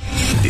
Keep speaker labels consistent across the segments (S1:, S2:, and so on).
S1: The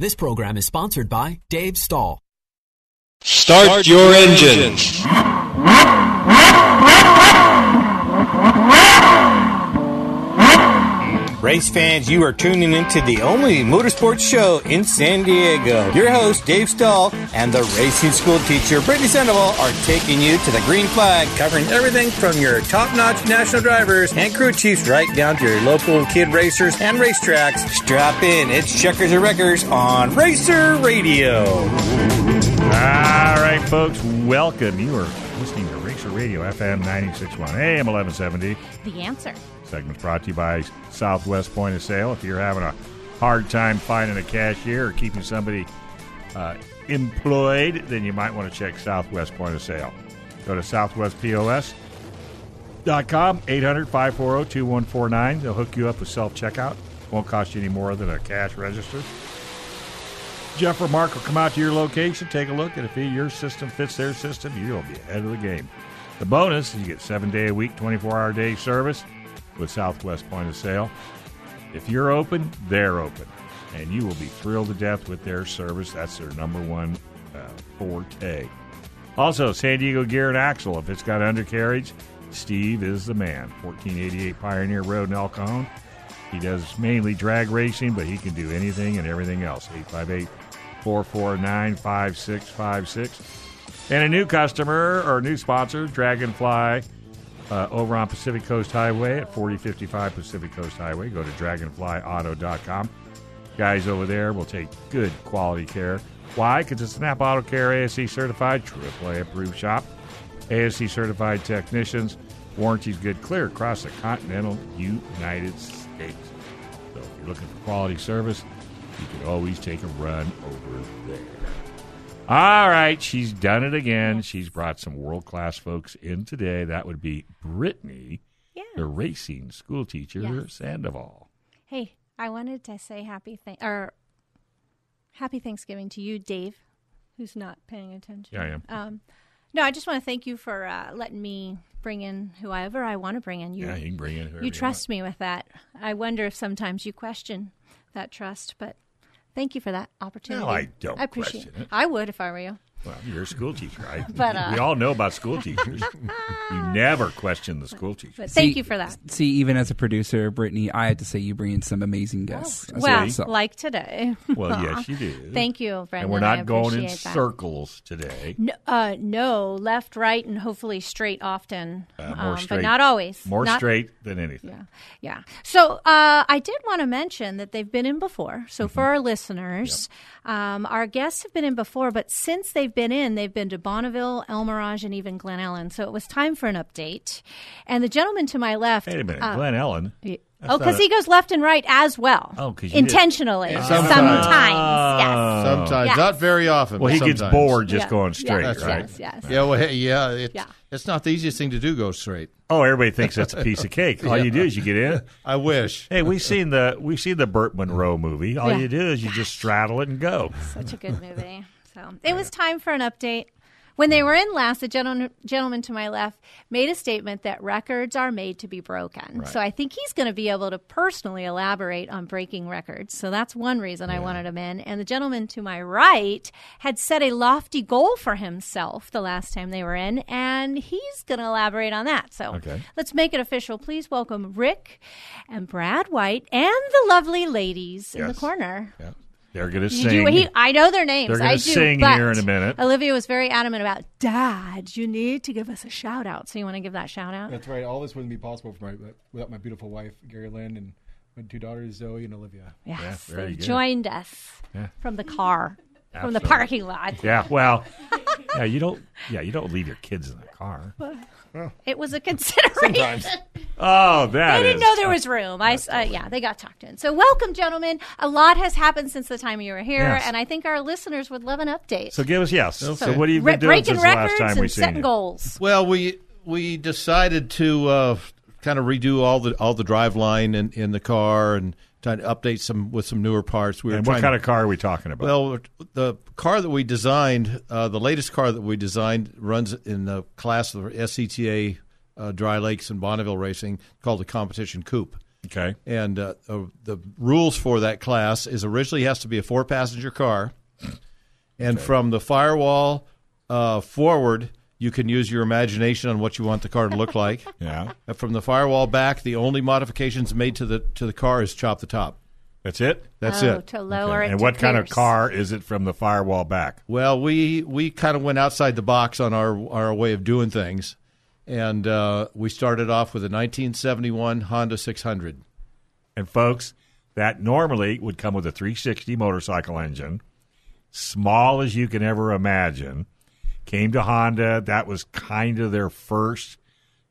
S2: This program is sponsored by Dave Stahl.
S3: Start, your engines.
S4: Race fans, you are tuning into the only motorsports show in San Diego. Your host, Dave Stahl, and the racing school teacher, Brittany Sandoval, are taking you to the green flag, covering everything from your top notch national drivers and crew chiefs right down to your local kid racers and racetracks. Strap in, it's Checkers and Wreckers on Racer Radio.
S5: All right, folks, welcome. You are listening to Racer Radio FM 961 AM 1170.
S6: The answer.
S5: Segments brought to you by Southwest Point of Sale. If you're having a hard time finding a cashier or keeping somebody uh, employed, then you might want to check Southwest Point of Sale. Go to southwestpos.com, 800 540 2149. They'll hook you up with self checkout. Won't cost you any more than a cash register. Jeff or Mark will come out to your location, take a look, and if your system fits their system, you'll be ahead of the game. The bonus is you get seven day a week, 24 hour day service with Southwest Point of Sale. If you're open, they're open, and you will be thrilled to death with their service. That's their number one uh, forte. Also, San Diego Gear and Axle. If it's got undercarriage, Steve is the man. 1488 Pioneer Road in El Cajon. He does mainly drag racing, but he can do anything and everything else. 858 449 5656. And a new customer or new sponsor, Dragonfly, uh, over on Pacific Coast Highway at 4055 Pacific Coast Highway. Go to dragonflyauto.com. Guys over there will take good quality care. Why? Because it's Snap Auto Care ASC certified, AAA approved shop. ASC certified technicians. Warranties good clear across the continental United States. So if you're looking for quality service, you can always take a run over there. All right, she's done it again. She's brought some world class folks in today. That would be Brittany,
S6: Yeah.
S5: the racing school teacher,
S6: Yes.
S5: Sandoval.
S6: Hey, I wanted to say happy thank or happy Thanksgiving to you, Dave, who's not paying attention.
S5: Yeah, I am.
S6: Um, no, I just want to thank you for uh, letting me bring in whoever I want to bring in. You,
S5: yeah, you can bring in whoever you
S6: you trust me with that. I wonder if sometimes you question that trust, but thank you for that opportunity.
S5: No, I don't
S6: I appreciate
S5: question it.
S6: I would if I were you.
S5: Want. Well, you're a school teacher. I,
S6: But, uh,
S5: we all know about school teachers. you never question the school teacher.
S6: But thank
S7: See-
S6: you for that.
S7: See, even as a producer, Brittany, I had to say you bring in some amazing guests. as
S6: well,
S7: so-
S6: like today.
S5: Well, yes, you do.
S6: uh, Thank you, Brendan.
S5: And we're
S6: I
S5: not going in
S6: appreciate that.
S5: circles today.
S6: No, uh, no, left, right, and hopefully straight often,
S5: Uh,
S6: um,
S5: more straight,
S6: but not always.
S5: More
S6: Not-
S5: straight than anything.
S6: Yeah, yeah. So uh, I did want to mention that they've been in before. So
S5: Mm-hmm.
S6: for our listeners, um, our guests have been in before, but since they've been in, they've been to Bonneville, El Mirage, and even Glen Ellen. So it was time for an update. And the gentleman to my left,
S5: Wait a minute,
S6: uh,
S5: Glenn Ellen.
S6: y-
S5: That's
S6: oh,
S5: not
S6: because
S5: a-
S6: he goes left and right as well.
S5: Oh, 'cause you did-
S6: intentionally
S8: Sometimes.
S6: sometimes. yes.
S8: Sometimes,
S6: Yes.
S8: not very often.
S5: Well, he
S8: but
S5: gets
S8: sometimes.
S5: bored just
S6: Yeah.
S5: going
S6: Yeah.
S5: straight,
S8: That's
S5: right?
S6: Yes, yes.
S8: Yeah, well, hey, yeah, it,
S6: Yeah.
S8: It's not the easiest thing to do. Go straight.
S5: Oh, everybody thinks that's a piece of cake. All you do is you get in.
S8: I wish.
S5: Hey, we've seen the we've seen the Burt Monroe movie. All
S6: Yeah.
S5: you do is you just straddle it and go.
S6: Such a good movie. So it was time for an update. When they were in last, the gentleman, gentleman to my left made a statement that records are made to be broken. So I think he's going to be able to personally elaborate on breaking records. So that's one reason I wanted him in. And the gentleman to my right had set a lofty goal for himself the last time they were in, and he's going to elaborate on that. So
S5: Okay.
S6: let's make it official. Please welcome Rick and Brad White and the lovely ladies in the
S5: Yes.
S6: corner.
S5: Yeah. They're gonna
S6: You
S5: sing.
S6: do- he- I know their names.
S5: They're gonna
S6: I do,
S5: sing
S6: but
S5: here in a minute.
S6: Olivia was very adamant about, Dad, you need to give us a shout out. So you want to give that shout out?
S9: That's right. All this wouldn't be possible for my, without my beautiful wife, Gary Lynn, and my two daughters, Zoe and Olivia.
S6: yes.
S5: very
S6: They
S5: good.
S6: joined us from the car, from the
S5: Absolutely.
S6: parking lot.
S5: yeah. Well, yeah, you don't. Yeah, you don't leave your kids in the car.
S6: It was a consideration.
S5: Oh, that
S6: They didn't
S5: is-
S6: know there was room. I, s- uh, yeah, they got talked in. So, welcome, gentlemen. A lot has happened since the time you were here,
S5: Yes.
S6: and I think our listeners would love an update.
S5: So give us yes.
S6: Okay.
S5: So what have you
S6: Re-
S5: been doing
S6: breaking
S5: since the last
S6: records
S5: time we
S6: and
S5: seen
S6: setting
S5: you?
S6: goals.
S8: Well, we we decided to uh, kind of redo all the all the drive line in, in the car and try to update some with some newer parts. We were
S5: And what
S8: trying-
S5: kind of car are we talking about?
S8: Well, oh, the car that we designed, uh, the latest car that we designed, runs in the class of SCTA uh, Dry Lakes and Bonneville Racing called the Competition Coupe.
S5: Okay.
S8: And uh, uh, the rules for that class is originally has to be a four passenger car. And from the firewall uh, forward, you can use your imagination on what you want the car to look like.
S5: yeah.
S8: from the firewall back, the only modifications made to the to the car is chop the top.
S5: That's it.
S8: That's
S6: Oh,
S8: it.
S6: to lower it
S5: And
S6: to
S5: what kind of
S6: Pierce.
S5: car is it from the firewall back?
S8: Well, we we kind of went outside the box on our our way of doing things, and uh, we started off with a 1971 Honda 600.
S5: And folks, that normally would come with a 360 motorcycle engine, small as you can ever imagine. Came to Honda. That was kind of their first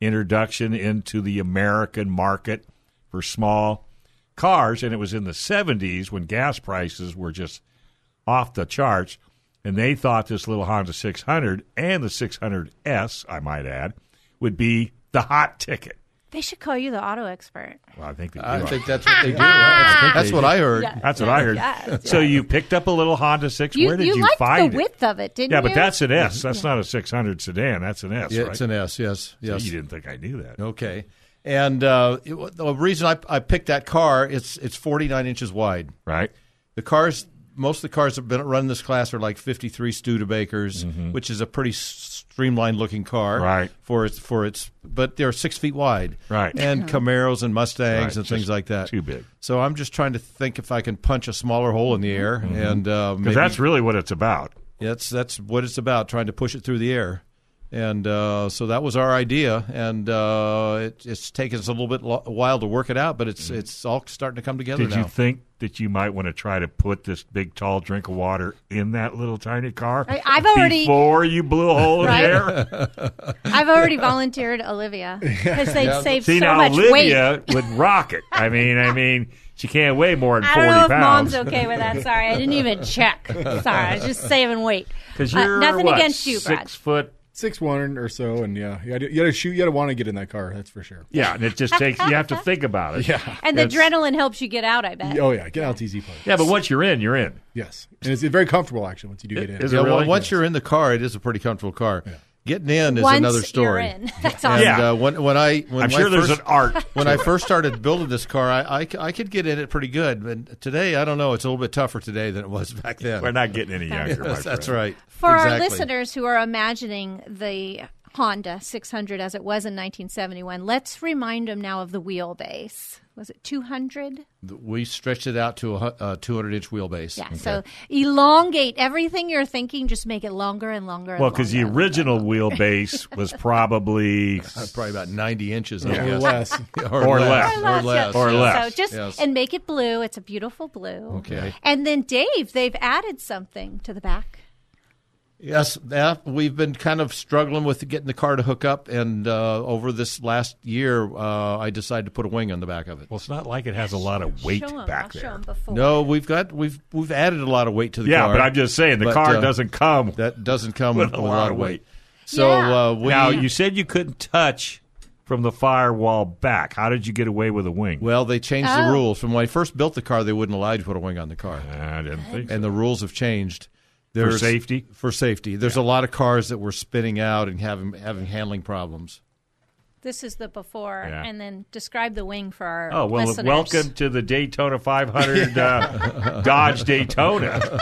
S5: introduction into the American market for small cars. And it was in the 70s when gas prices were just off the charts. And they thought this little Honda 600 and the 600S, I might add, would be the hot ticket.
S6: They should call you the auto expert.
S5: Well, I think they do.
S8: I
S5: are.
S8: think that's what they do.
S5: I think
S8: That's
S5: they
S8: what
S5: do.
S8: I heard.
S6: Yeah.
S5: That's what I heard.
S6: Yes,
S5: So you picked up a little Honda 6.
S6: You,
S5: Where did you,
S6: liked
S5: find
S6: the
S5: it?
S6: width of it, didn't
S5: yeah,
S6: you?
S5: but that's an S. That's not a 600 sedan. That's an S,
S8: Yeah,
S5: right?
S8: It's an S. Yes.
S5: So
S8: Yes.
S5: you didn't think I knew that.
S8: Okay. And uh, it, wa- the reason I, I picked that car, it's it's 49 inches wide.
S5: Right.
S8: The cars, most of the cars that have been run this class are like 53 Studebakers, which is a pretty s- streamlined looking car.
S5: Mm-hmm. Right.
S8: For its for its, but they're six feet wide.
S5: Right.
S8: And Camaros and Mustangs
S5: Right,
S8: and things
S5: just
S8: like that.
S5: too big.
S8: So I'm just trying to think if I can punch a smaller hole in the air, and uh, maybe
S5: Because that's really what it's about.
S8: that's that's what it's about, trying to push it through the air. And uh, so that was our idea, and uh, it, it's taken us a little bit lo- a while to work it out, but it's it's all starting to come together
S5: Did
S8: now.
S5: you think that you might want to try to put this big, tall drink of water in that little tiny car
S6: I- I've already-
S5: before you blew a hole in
S6: Right?
S5: the air?
S6: I've already volunteered Olivia because they would saved
S5: See,
S6: so
S5: now
S6: much weight.
S5: Olivia would rock it. I mean, I mean, she can't weigh more than
S6: I
S5: 40
S6: don't know if Uh,
S5: pounds.
S6: mom's okay with that. Sorry, I didn't even check. Sorry, I was just saving weight.
S5: Because
S6: Uh,
S5: you're
S6: nothing
S5: what,
S6: against you, Brad.
S5: Six foot
S9: Six one or so, and yeah, you gotta, you gotta shoot. You gotta want to get in that car. That's for sure.
S5: Yeah, and it just takes you have to think about it.
S9: Yeah.
S6: And the
S5: It's-
S6: adrenaline helps you get out. I bet.
S9: Oh yeah, get out's easy part.
S5: Yeah, but once you're in, you're in.
S9: Yes, and it's very comfortable actually once you do get in.
S5: Is
S8: yeah,
S5: it
S8: well,
S5: really?
S8: once you're in the car, it is a pretty comfortable car. Getting in is
S6: Once
S8: another
S6: you're
S8: story.
S6: in, that's
S8: And
S6: awesome.
S5: Yeah.
S8: uh, when when I when
S5: I'm
S8: I
S5: sure there's
S8: first-
S5: an art.
S8: when I first started building this car, I, I c- I could get in it pretty good, but today I don't know. It's a little bit tougher today than it was back then.
S5: We're not getting any younger. my
S8: Yes, that's
S5: friend.
S8: right.
S6: For our
S8: Exactly.
S6: listeners who are imagining the Honda 600 as it was in 1971, let's remind them now of the wheelbase. Was it 200?
S8: we stretched it out to a hu- a 200 inch wheelbase.
S6: Yeah. So elongate everything you're thinking, just make it longer and longer. and
S5: Well, because the
S6: longer.
S5: original wheelbase was probably
S8: Uh, probably about 90 inches I
S9: Or
S8: guess.
S9: less.
S5: Or less.
S8: or less
S5: Or
S8: yes.
S5: less.
S6: So just
S8: Yes.
S6: and make it blue. It's a beautiful blue.
S8: Okay.
S6: And then Dave, they've added something to the back.
S8: yes yeah, we've been kind of struggling with getting the car to hook up and uh, over this last year uh, i decided to put a wing on the back of it
S5: well, it's not like it has a lot of weight
S6: show 'em. I'll
S5: back
S6: show 'em
S5: there.
S6: before.
S8: no we've got we've we've added a lot of weight to the
S5: Yeah,
S8: car
S5: but I'm just saying the
S8: But,
S5: car
S8: uh,
S5: doesn't come.
S8: that doesn't come
S5: With
S8: with, a
S5: a lot
S8: lot
S5: of
S8: of
S5: weight.
S8: weight so
S6: Yeah.
S8: uh, we
S5: now you said you couldn't touch from the firewall back. How did you get away with a wing?
S8: well they changed
S6: Oh.
S8: the rules from when i first built the car they wouldn't allow you to put a wing on the car
S5: I didn't think. So.
S8: and the rules have changed. There's,
S5: safety?
S8: For safety. There's a lot of cars that were spinning out and having having handling problems.
S6: This is the before,
S5: Yeah.
S6: and then describe the wing for our
S5: Oh well,
S6: listeners.
S5: welcome to the Daytona 500 uh, Dodge Daytona.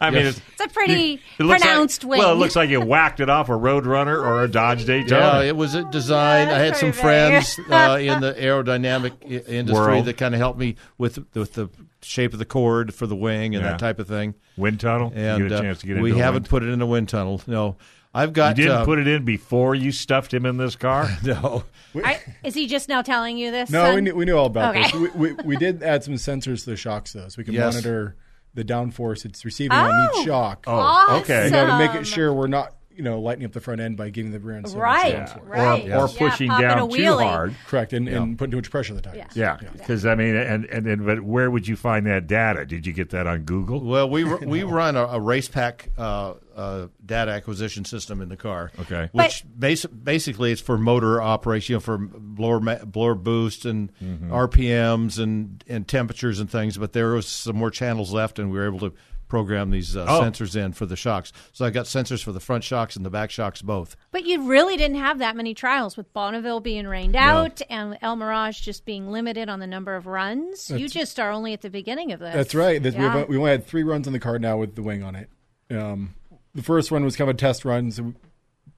S5: I mean, it's,
S6: It's a pretty
S5: It looks
S6: pronounced
S5: like,
S6: wing.
S5: Well, it looks like you whacked it off a Roadrunner or a Dodge
S8: Yeah,
S5: Daytona.
S8: it was a design. I had some friends uh, in the aerodynamic i- industry
S5: World.
S8: that kind of helped me with with the shape of the cord for the wing and
S5: Yeah.
S8: that type of thing.
S5: wind tunnel.
S8: And
S5: you get
S8: uh,
S5: a chance to get
S8: we
S5: into a
S8: haven't
S5: wind-
S8: put it in a wind tunnel. No, I've got.
S5: You didn't
S8: uh,
S5: put it in before you stuffed him in this car.
S8: no.
S6: I, is he just now telling you this?
S9: No,
S6: son?
S9: we knew, we knew all about
S6: Okay.
S9: this. We, we, we did add some sensors to the shocks though, so we can
S8: Yes.
S9: monitor the downforce it's receiving on
S6: Oh.
S9: each shock.
S5: Oh, okay.
S9: You know, to make it sure we're not you know, lightening up the front end by giving the rear end so much
S6: Right,
S9: downforce.
S6: right. Or- or Yeah, pushing popping down a too wheelie. hard.
S9: Correct, and,
S5: Yeah.
S9: and putting too much pressure on the tires.
S5: Yeah, because I mean, and and then, but where would you find that data? Did you get that on Google?
S8: Well, we ru- we run a, a race pack uh, uh, data acquisition system in the car.
S5: Okay.
S8: which basi- basically it's for motor operation, you know, for blower ma- blower boost and
S9: Mm-hmm.
S8: RPMs and and temperatures and things. But there was some more channels left, and we were able to program these uh,
S6: Oh.
S8: sensors in for the shocks. So I got sensors for the front shocks and the back shocks both.
S6: But you really didn't have that many trials with Bonneville being rained out and El Mirage just being limited on the number of runs. you
S9: That's-
S6: just are only at the beginning of this.
S9: That's right. That- we,
S6: Yeah.
S9: have, we only had three runs on the card now with the wing on it. Um, the first one was kind of a test run, so we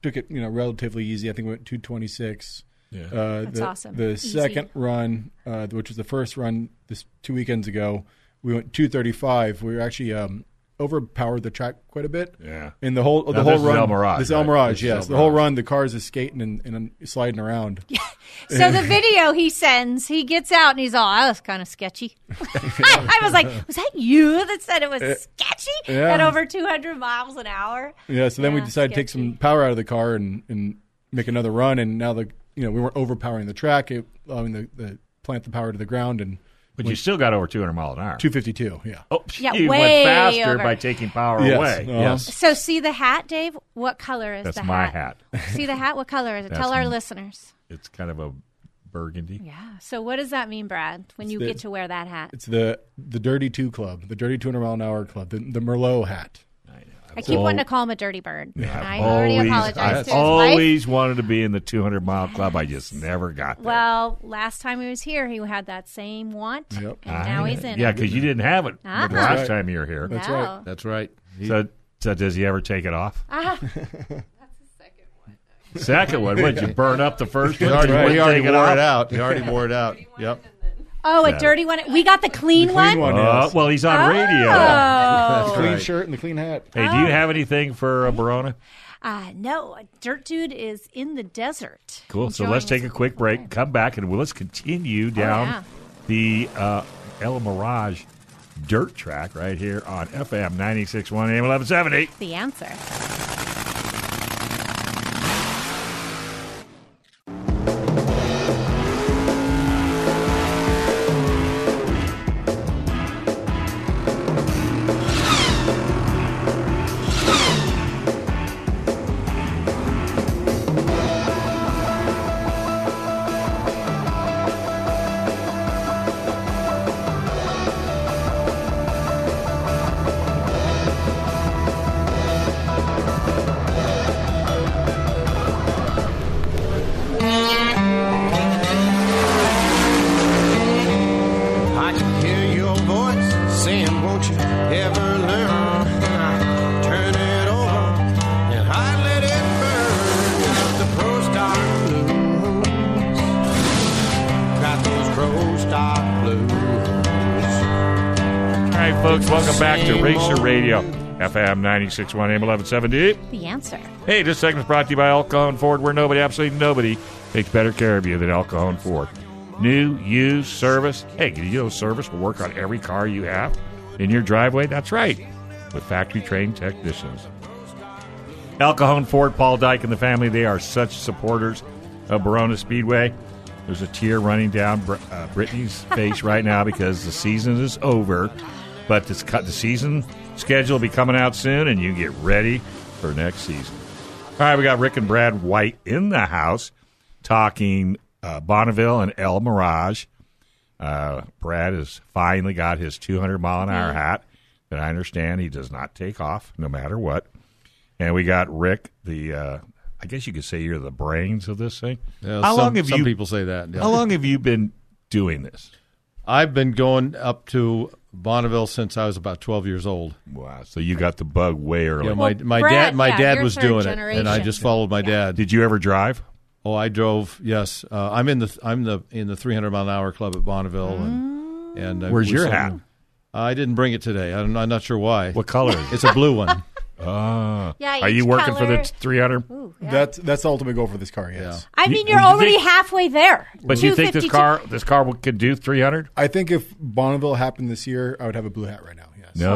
S9: took it you know relatively easy. I think we went two twenty six.
S10: Yeah.
S9: Uh,
S10: That's
S9: the,
S10: awesome.
S9: The
S10: Easy.
S9: second run, uh, which was the first run this two weekends ago, we went two thirty five. We were actually um, overpowered the track quite a bit.
S5: Yeah.
S9: And the whole
S5: Now,
S9: the whole
S5: this is
S9: run,
S5: El Mirage,
S9: this is El
S5: right?
S9: Mirage,
S5: This is
S9: yes,
S5: El
S9: the whole
S5: Mirage.
S9: run, the cars is skating and, and sliding around.
S6: So the video he sends, he gets out and he's all, "I was kind of sketchy." I was like, "Was that you that said it was
S9: Uh,
S6: sketchy
S9: yeah.
S6: at over 200 miles an hour?"
S9: Yeah, so then we decided to take some power out of the car and, and make another run. And now the you know we weren't overpowering the track, it, allowing the, the plant the power to the ground. And
S5: But you still got over 200 miles an hour.
S9: 252. Yeah.
S5: Oh,
S6: Yeah,
S5: you
S6: way
S5: went faster
S6: over.
S5: by taking power
S9: Yes.
S5: away.
S9: Uh-huh. Yes.
S6: So see the hat, Dave. What color is
S5: That's
S6: the
S5: my
S6: hat?
S5: hat.
S6: see the hat. What color is it?
S5: That's
S6: Tell our
S5: m-
S6: listeners.
S5: It's kind of a burgundy.
S6: Yeah. So what does that mean, Brad? When
S9: It's
S6: you
S9: the-
S6: get to wear that hat,
S9: It's the the Dirty Two Club, the Dirty 200 mile an hour club, the, the Merlot hat.
S6: I keep wanting to call him a dirty bird.
S5: Yeah,
S6: I
S5: I've
S6: already
S5: always-
S6: apologized
S5: I've
S6: to his wife.
S5: always wanted to be in the 200 mile club. I just never got there.
S6: Well, last time he was here, he had that same want, and
S5: I-
S6: now he's in.
S5: Yeah,
S6: it.
S5: because you didn't have it the
S6: Uh-uh.
S5: last
S6: That's right.
S5: time you were here.
S6: That's right. No.
S8: That's right.
S5: So, so does he ever take it off?
S6: Ah.
S5: Second one, would you burn up the first
S8: He
S5: one?
S8: already,
S5: You wouldn't
S8: he already
S5: take it
S8: wore
S5: off?
S8: it out. He already wore it out. Yep.
S6: Oh, a
S8: Yeah.
S6: dirty one. We got the clean, one.
S5: Uh, well, he's on radio.
S8: Oh.
S9: Ah.
S6: That's
S9: The clean shirt and the clean hat.
S5: Hey, do you have anything for uh, Barona?
S6: Uh, no, a Dirt Dude is in the desert.
S5: Cool. So
S6: Enjoying
S5: let's take a
S6: his-
S5: quick break, come back, and we'll- let's continue down the uh, El Mirage dirt track right here on FM 96.1 AM 1170.
S6: the answer.
S11: I can hear your voice saying, Won't you ever learn? Turn it over and I let it burn. Got the pro star blues. Got those pro star blues.
S5: All right, folks, welcome back to Racer Radio, FM 96.1 AM 1170.
S6: The answer.
S5: Hey, this segment is brought to you by Alcohol Ford, where nobody, absolutely nobody, takes better care of you than Alcohol Ford. New, used, service. Hey, did you know service will work on every car you have in your driveway? That's right, with factory trained technicians. Alcohol Ford, Paul Dyke, and the family, they are such supporters of Barona Speedway. There's a tear running down Br- uh, Brittany's face right now because the season is over. But this cut the season schedule will be coming out soon, and you get ready for next season. All right, we got Rick and Brad White in the house talking uh, Bonneville and El Mirage. Uh, Brad has finally got his 200 mile an hour hat that I understand he does not take off no matter what. And we got Rick, the uh, I guess you could say you're the brains of this thing.
S8: Yeah,
S5: how
S8: some-
S5: long have
S8: some
S5: you?
S8: people say that, yeah.
S5: How long have you been doing this?
S8: I've been going up to Bonneville since I was about 12 years old.
S5: Wow. So you got the bug way early.
S8: Yeah, my
S5: Well,
S8: my
S5: Brad-
S8: dad my
S5: yeah,
S8: dad
S5: you're
S8: was
S5: third
S8: doing it and I
S5: generation.
S8: just followed my dad.
S5: Did you ever drive?
S8: Oh, I drove. Yes. Uh, I'm in the I'm the in the 300 mile an hour club at Bonneville and and uh,
S5: Where's
S8: we
S5: your
S8: sang-
S5: hat?
S8: I didn't bring it today. I'm, I'm not sure why. What
S5: color is it?
S8: It's a blue one.
S5: Ah.
S6: Yeah, Are you each working for the color-
S5: 300?
S6: Ooh, yeah.
S9: That's that's the ultimate goal for this car. Yes.
S6: I mean, you're already halfway there.
S5: But do you think this
S6: 252.
S5: car this car could do 300?
S9: I think if Bonneville happened this year, I would have a blue hat right now. Yes.
S5: No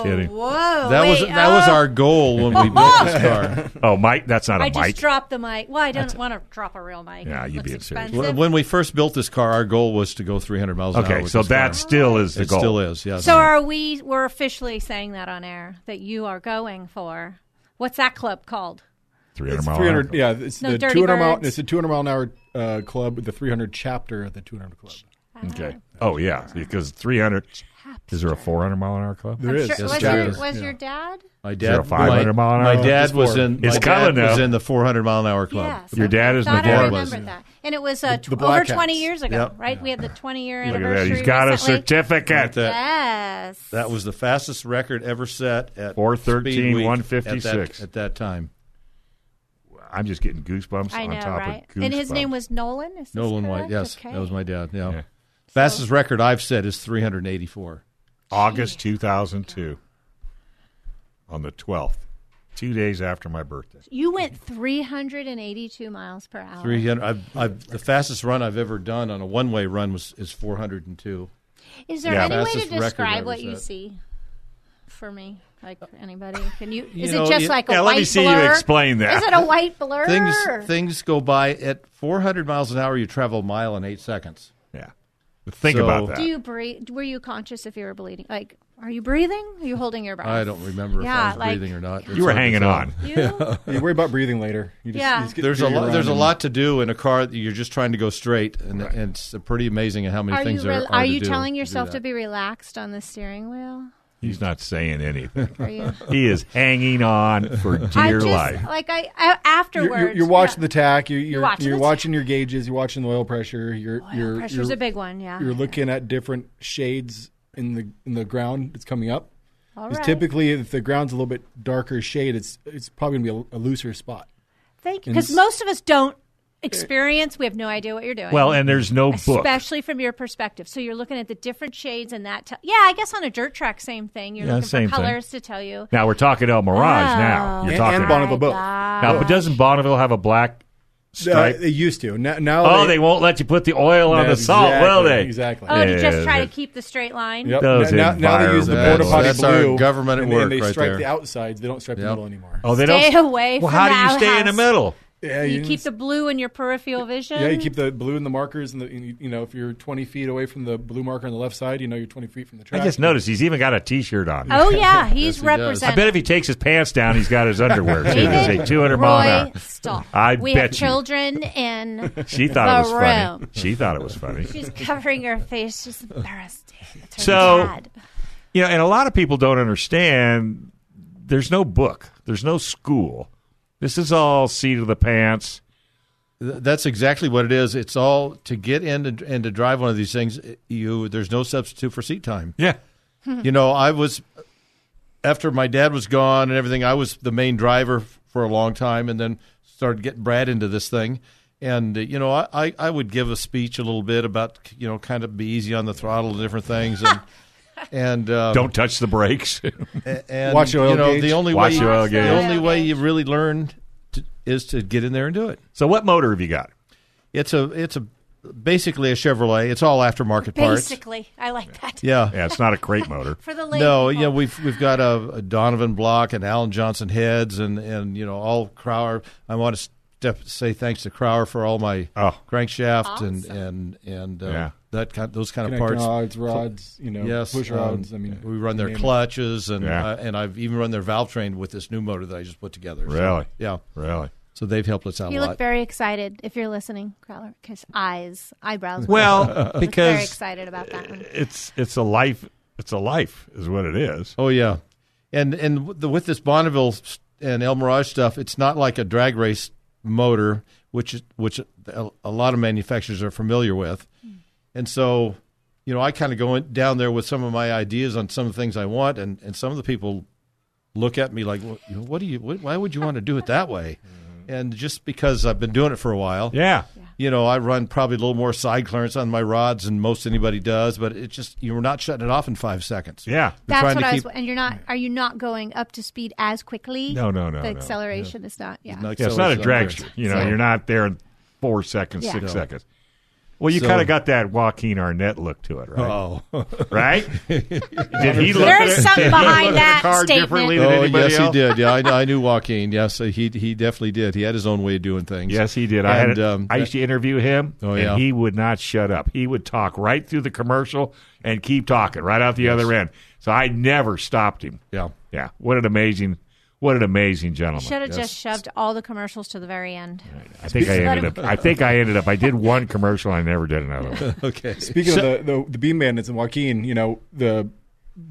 S6: Oh.
S5: kidding.
S6: Whoa.
S8: That was
S6: wait,
S8: that was
S6: oh.
S8: our goal when we built this car.
S5: Oh, Mike, that's not
S6: I just dropped the mic. Well, I don't want to drop a real mic.
S8: Yeah,
S6: It
S8: you
S6: looks
S8: being
S6: expensive.
S8: When we first built this car, our goal was to go 300 miles an hour.
S5: Okay,
S8: with
S5: so
S8: this car.
S5: that still is the
S8: it
S5: goal.
S8: Still is, yes.
S6: So are we? We're officially saying that on air that you are going for what's that club called?
S5: 300
S9: It's
S5: mile an
S9: 300
S5: hour.
S9: Yeah, it's
S6: No
S9: the
S6: dirty
S9: 200 mile.
S6: birds.
S9: It's a 200 mile an hour uh, club with the 300 chapter at the 200 club.
S5: Okay. Oh yeah, because 300. Is there a 400 mile an hour club?
S9: There I'm is. sure-
S6: was
S8: Jack
S6: your,
S8: is-
S6: was your dad?
S8: My
S5: Is there
S8: dad,
S5: a
S8: my,
S5: 500 mile an hour?
S8: My dad was in.
S5: It's
S8: my dad
S5: coming now.
S8: was in the 400 mile an hour club.
S6: Yes. Your dad
S5: is-
S6: Thought
S5: my
S6: I
S5: dad
S6: remembered
S5: was.
S6: that, and it was uh,
S8: The-
S6: tw-
S8: the
S6: over
S8: Black Hats.
S6: twenty years ago,
S8: Yep.
S6: right? We had the twenty-year
S8: Look at that.
S6: anniversary.
S8: He's got a
S6: recently.
S8: certificate.
S6: Yes.
S8: That was the fastest record ever set at
S5: 413,
S8: Speed Week
S5: 156.
S8: at that, at that time.
S5: I'm just getting goosebumps
S6: I
S5: on
S6: know,
S5: top
S6: right?
S5: of goosebumps.
S6: And his name was Nolan. Is this
S8: Nolan White,
S6: correct?
S8: yes,
S6: Okay.
S8: that was my dad. Yeah, fastest record I've set is 384.
S5: August 2002, on the 12th, two days after my birthday.
S6: You went three hundred and eighty-two miles per hour.
S8: 300. I've, I've, the fastest run I've ever done on a one way run was is 402.
S6: Is there
S8: Yeah.
S6: any way to
S8: Fastest record
S6: describe
S8: ever
S6: what you
S8: set.
S6: see for me? Like anybody? Can you?
S8: You
S6: Is it
S8: know,
S6: just
S8: you-
S6: like a
S8: yeah,
S6: white
S8: let me see you
S6: blur?
S8: explain that.
S6: Is it a white blur?
S8: Things
S6: or-
S8: things go by at 400 miles an hour. You travel a mile in eight seconds.
S5: Yeah, think about
S6: Do you breathe? Were you conscious if you were bleeding? Like, are you breathing? Are you holding your breath?
S8: I don't remember
S6: Yeah,
S8: if I was
S6: like-
S8: breathing or not.
S5: You were hanging on.
S9: you worry about breathing later. You just,
S6: Yeah.
S9: you just get
S8: there's
S9: through
S8: a
S9: your
S8: lot. There's a
S9: run and-
S8: lot to do in a car. that You're just trying to go straight, and, and it's pretty amazing how many
S6: Are you
S8: things
S6: re-
S8: are.
S6: are
S8: to
S6: you
S8: do
S6: telling
S8: do
S6: yourself
S8: that.
S6: to be relaxed on the steering wheel?
S5: He's not saying anything.
S6: Are you?
S5: he is hanging on for dear
S6: I just,
S5: life.
S6: Like I, I
S9: You're,
S6: afterwards.
S9: you're, you're watching the tack. You're, you're, you're
S6: watching
S9: watching,
S6: the
S9: your gauges. You're watching the oil pressure. You're, you're,
S6: pressure's
S9: you're-
S6: a big one, yeah.
S9: You're looking at different shades in the in the ground that's coming up.
S6: All
S9: 'Cause
S6: right.
S9: Typically, if the ground's a little bit darker shade, it's it's probably gonna be a, a looser spot.
S6: Thank you,
S9: And
S6: because
S9: s-
S6: most of us don't
S8: Eh.
S6: experience. We have no idea what you're doing.
S5: Well, and there's no book.
S6: especially from your perspective. So you're looking at the different shades and that. Te- yeah, I guess on a dirt track, same thing. You're
S5: Yeah,
S6: looking
S5: same
S6: for
S5: thing.
S6: colors to tell you.
S5: Now we're talking El Mirage.
S6: Oh.
S5: now you're
S9: And-
S5: talking
S9: and Bonneville both.
S5: Now, but doesn't Bonneville have a black stripe?
S9: Uh, they used to. Now, now
S5: oh, they, won't let you put the oil on
S9: Yeah,
S5: the salt,
S9: exactly,
S5: will they?
S9: exactly.
S6: Oh, to
S5: Yeah,
S6: just try to
S5: that-
S6: keep the straight line.
S9: Yep.
S5: Those
S9: now, now, now they use the
S5: environments.
S9: border potty
S5: That's
S8: our
S9: blue,
S8: government at
S9: and, and
S8: work
S9: they
S8: right
S9: stripe
S8: there.
S9: the outsides. They don't stripe the middle anymore.
S5: Oh, they
S6: Stay
S5: don't.
S6: away
S5: Well,
S6: from
S5: how
S6: the
S5: do you stay in the
S6: outhouse.
S5: middle?
S9: Yeah,
S6: you
S9: you-
S6: keep the blue in your peripheral vision.
S9: Yeah, you keep the blue and the markers, and the, you you know if you're 20 feet away from the blue marker on the left side, you know you're 20 feet from the track.
S5: I just noticed he's even got a T-shirt on.
S6: Oh yeah, he's
S9: he does.
S5: I
S6: represented.
S5: bet if he takes his pants down, he's got his underwear. Too.
S6: David
S5: It's a 200
S6: Roy
S5: mile an hour.
S6: Stahl.
S5: I
S6: we
S5: bet
S6: have
S5: you.
S6: children in
S5: She thought it was
S6: the
S5: funny.
S6: room.
S5: She thought it was funny.
S6: She's covering her face. She's embarrassed. It's her
S5: So-
S6: dad.
S5: you know, and a lot of people don't understand. There's no book. There's no school. This is all seat of the pants.
S8: Th- That's exactly what it is. It's all to get in and, and to drive one of these things. it- You there's no substitute for seat time.
S5: Yeah,
S8: you know I was after my dad was gone and everything. I was the main driver f- for a long time, and then started getting Brad into this thing. And uh, you know I, I, I would give a speech a little bit about you know kind of be easy on the throttle and different things and. And um,
S5: Don't touch the brakes.
S8: a- and
S5: Watch your oil
S8: you know,
S5: gauge.
S8: The only
S5: Watch
S8: way
S5: your oil gauge.
S8: the only way you really learn to, is to get in there and do it.
S5: So what motor have you got?
S8: It's a it's a basically a Chevrolet. It's all aftermarket parts.
S6: Basically, I like that.
S8: Yeah,
S5: yeah. It's not a crate motor.
S6: For the lady
S8: no, yeah, we've we've got a, a Donovan Block and Alan Johnson heads and and you know all Crower. I want to step, say thanks to Crower for all my crankshaft and and and uh,
S9: Yeah.
S8: that kind those kind of
S9: Connect rods,
S8: parts.
S9: rods, you know,
S8: yes, um,
S9: push rods, I mean,
S8: we run their
S9: name it.
S8: clutches and
S9: Yeah.
S8: uh, and I've even run their valve train with this new motor that I just put together. So,
S5: Really?
S8: yeah.
S5: Really.
S8: So they've helped us out
S6: You
S8: a lot.
S6: look very excited if you're listening, Crowler, because eyes, eyebrows.
S5: Well,
S6: Look
S5: because-
S6: very excited about that one.
S5: It's it's a life. It's a life, is what it is.
S8: Oh yeah, and and w- the, with this Bonneville s- and El Mirage stuff, it's not like a drag race motor, which is- which a, a lot of manufacturers are familiar with, and so you know I kind of go in, down there with some of my ideas on some of the things I want, and and some of the people look at me like, well, you know, what do you? What, why would you want to do it that way? And just because I've been doing it for a while,
S5: yeah.
S8: You know, I run probably a little more side clearance on my rods than most anybody does, but it just you're not shutting it off in five seconds.
S5: Yeah,
S6: That's what I was. And you're not. Are you not going up to speed as quickly?
S5: No, no, no,
S6: The
S5: no.
S6: acceleration is not. Yeah.
S8: not
S5: Yeah, it's not a drag.
S8: Acceleration.
S5: You know,
S8: Yeah.
S5: you're not there in four seconds,
S6: Yeah.
S5: six
S6: No.
S5: seconds. Well, you
S8: So-
S5: kind of got that Joaquin Arnett look to it, right?
S8: Oh.
S5: right? Did he look?
S6: There's
S5: at it- did
S6: something
S5: he look
S6: behind
S5: at the
S6: that
S5: card
S6: statement.
S5: differently than
S8: Oh
S5: anybody
S8: yes,
S5: else?
S8: he did. Yeah, I, I knew Joaquin. Yes, he he definitely did. He had his own way of doing things.
S5: Yes, he did. I had.
S8: And,
S5: a-
S8: um,
S5: I used to interview him,
S8: Oh,
S5: and
S8: yeah.
S5: he would not shut up. He would talk right through the commercial and keep talking right out the other end. So I never stopped him.
S8: Yeah,
S5: yeah. What an amazing, what an amazing gentleman.
S6: Should have just shoved all the commercials to the very end.
S5: I think I
S6: Let
S5: ended
S6: him-
S5: up. I think I ended up. I did one commercial. I never did another one.
S8: okay.
S9: Speaking
S8: So-
S9: of the, the the beam bandits and Joaquin, you know the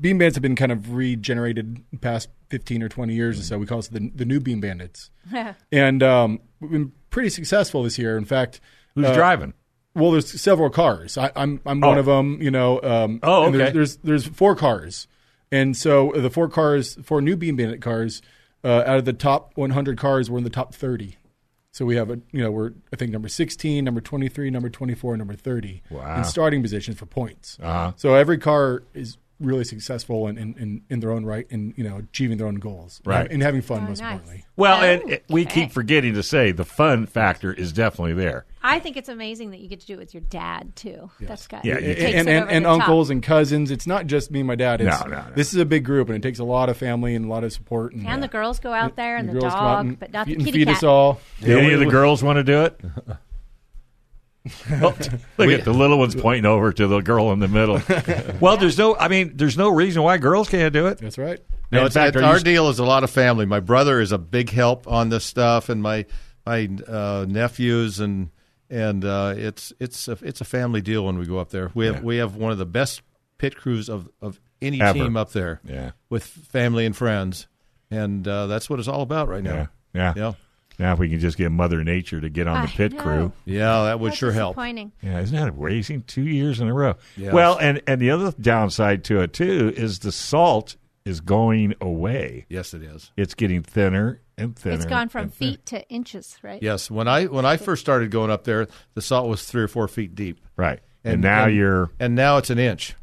S9: beam bandits have been kind of regenerated the past fifteen or twenty years, or so we call it the the new beam bandits. and um, we've been pretty successful this year. In fact,
S5: Who's driving?
S9: Well, there's several cars. I, I'm I'm
S5: Oh.
S9: one of them. You know. Um,
S5: Oh,
S9: and
S5: okay.
S9: There's, there's there's four cars, and so uh, the four cars, four new Beam Bandit cars, uh, out of the top 100 cars, we're in the top 30. So we have a you know we're I think number 16, number 23, number 24, number 30
S5: Wow.
S9: in starting positions for points.
S5: Uh-huh.
S9: So every car is really successful and in, in, in their own right and you know achieving their own goals
S5: Right.
S9: and having fun most importantly.
S5: Well, and
S6: Oh,
S5: it- we keep forgetting to say the fun factor is definitely there.
S6: I think it's amazing that you get to do it with your dad too. That's got
S5: Yeah,
S6: it
S5: you-
S6: takes
S9: and
S6: it
S9: and,
S6: over
S9: and
S6: the top.
S9: uncles and cousins. It's not just me and my dad. It's,
S5: No, no, no.
S9: This is a big group, and it takes a lot of family and a lot of support. And,
S6: And the girls go out there and the,
S9: girls come out
S6: dog,
S9: and
S6: but not
S9: feed-
S6: the
S9: and
S6: kitty
S9: feed
S6: cat.
S9: us all.
S5: Did any of the girls want to do it? Well, look at the little ones pointing over to the girl in the middle. well, there's no. I mean, there's no reason why girls can't do it.
S9: That's right.
S8: No,
S5: In
S8: it's,
S5: fact,
S8: it's-
S5: are you-
S8: our deal is a lot of family. My brother is a big help on this stuff, and my my uh, nephews and and uh, it's it's a, it's a family deal when we go up there. We have we have one of the best pit crews of of any
S5: Ever.
S8: team up there.
S5: Yeah.
S8: with family and friends, and uh, that's what it's all about right now.
S5: Yeah.
S8: yeah,
S5: Now if we can just get Mother Nature to get on the
S6: I
S5: pit
S6: know.
S5: crew.
S8: yeah. That would sure help.
S6: Disappointing.
S5: Yeah, isn't that amazing? Two years in a row.
S8: Yes.
S5: Well, and and the other downside to it too is the salt is going away.
S8: Yes, it is.
S5: It's getting thinner and thinner.
S6: It's gone from
S5: and thinner.
S6: feet to inches, right?
S8: Yes, when I when I first started going up there, the salt was three or four feet deep,
S5: Right. And, now you're
S8: and now it's an inch.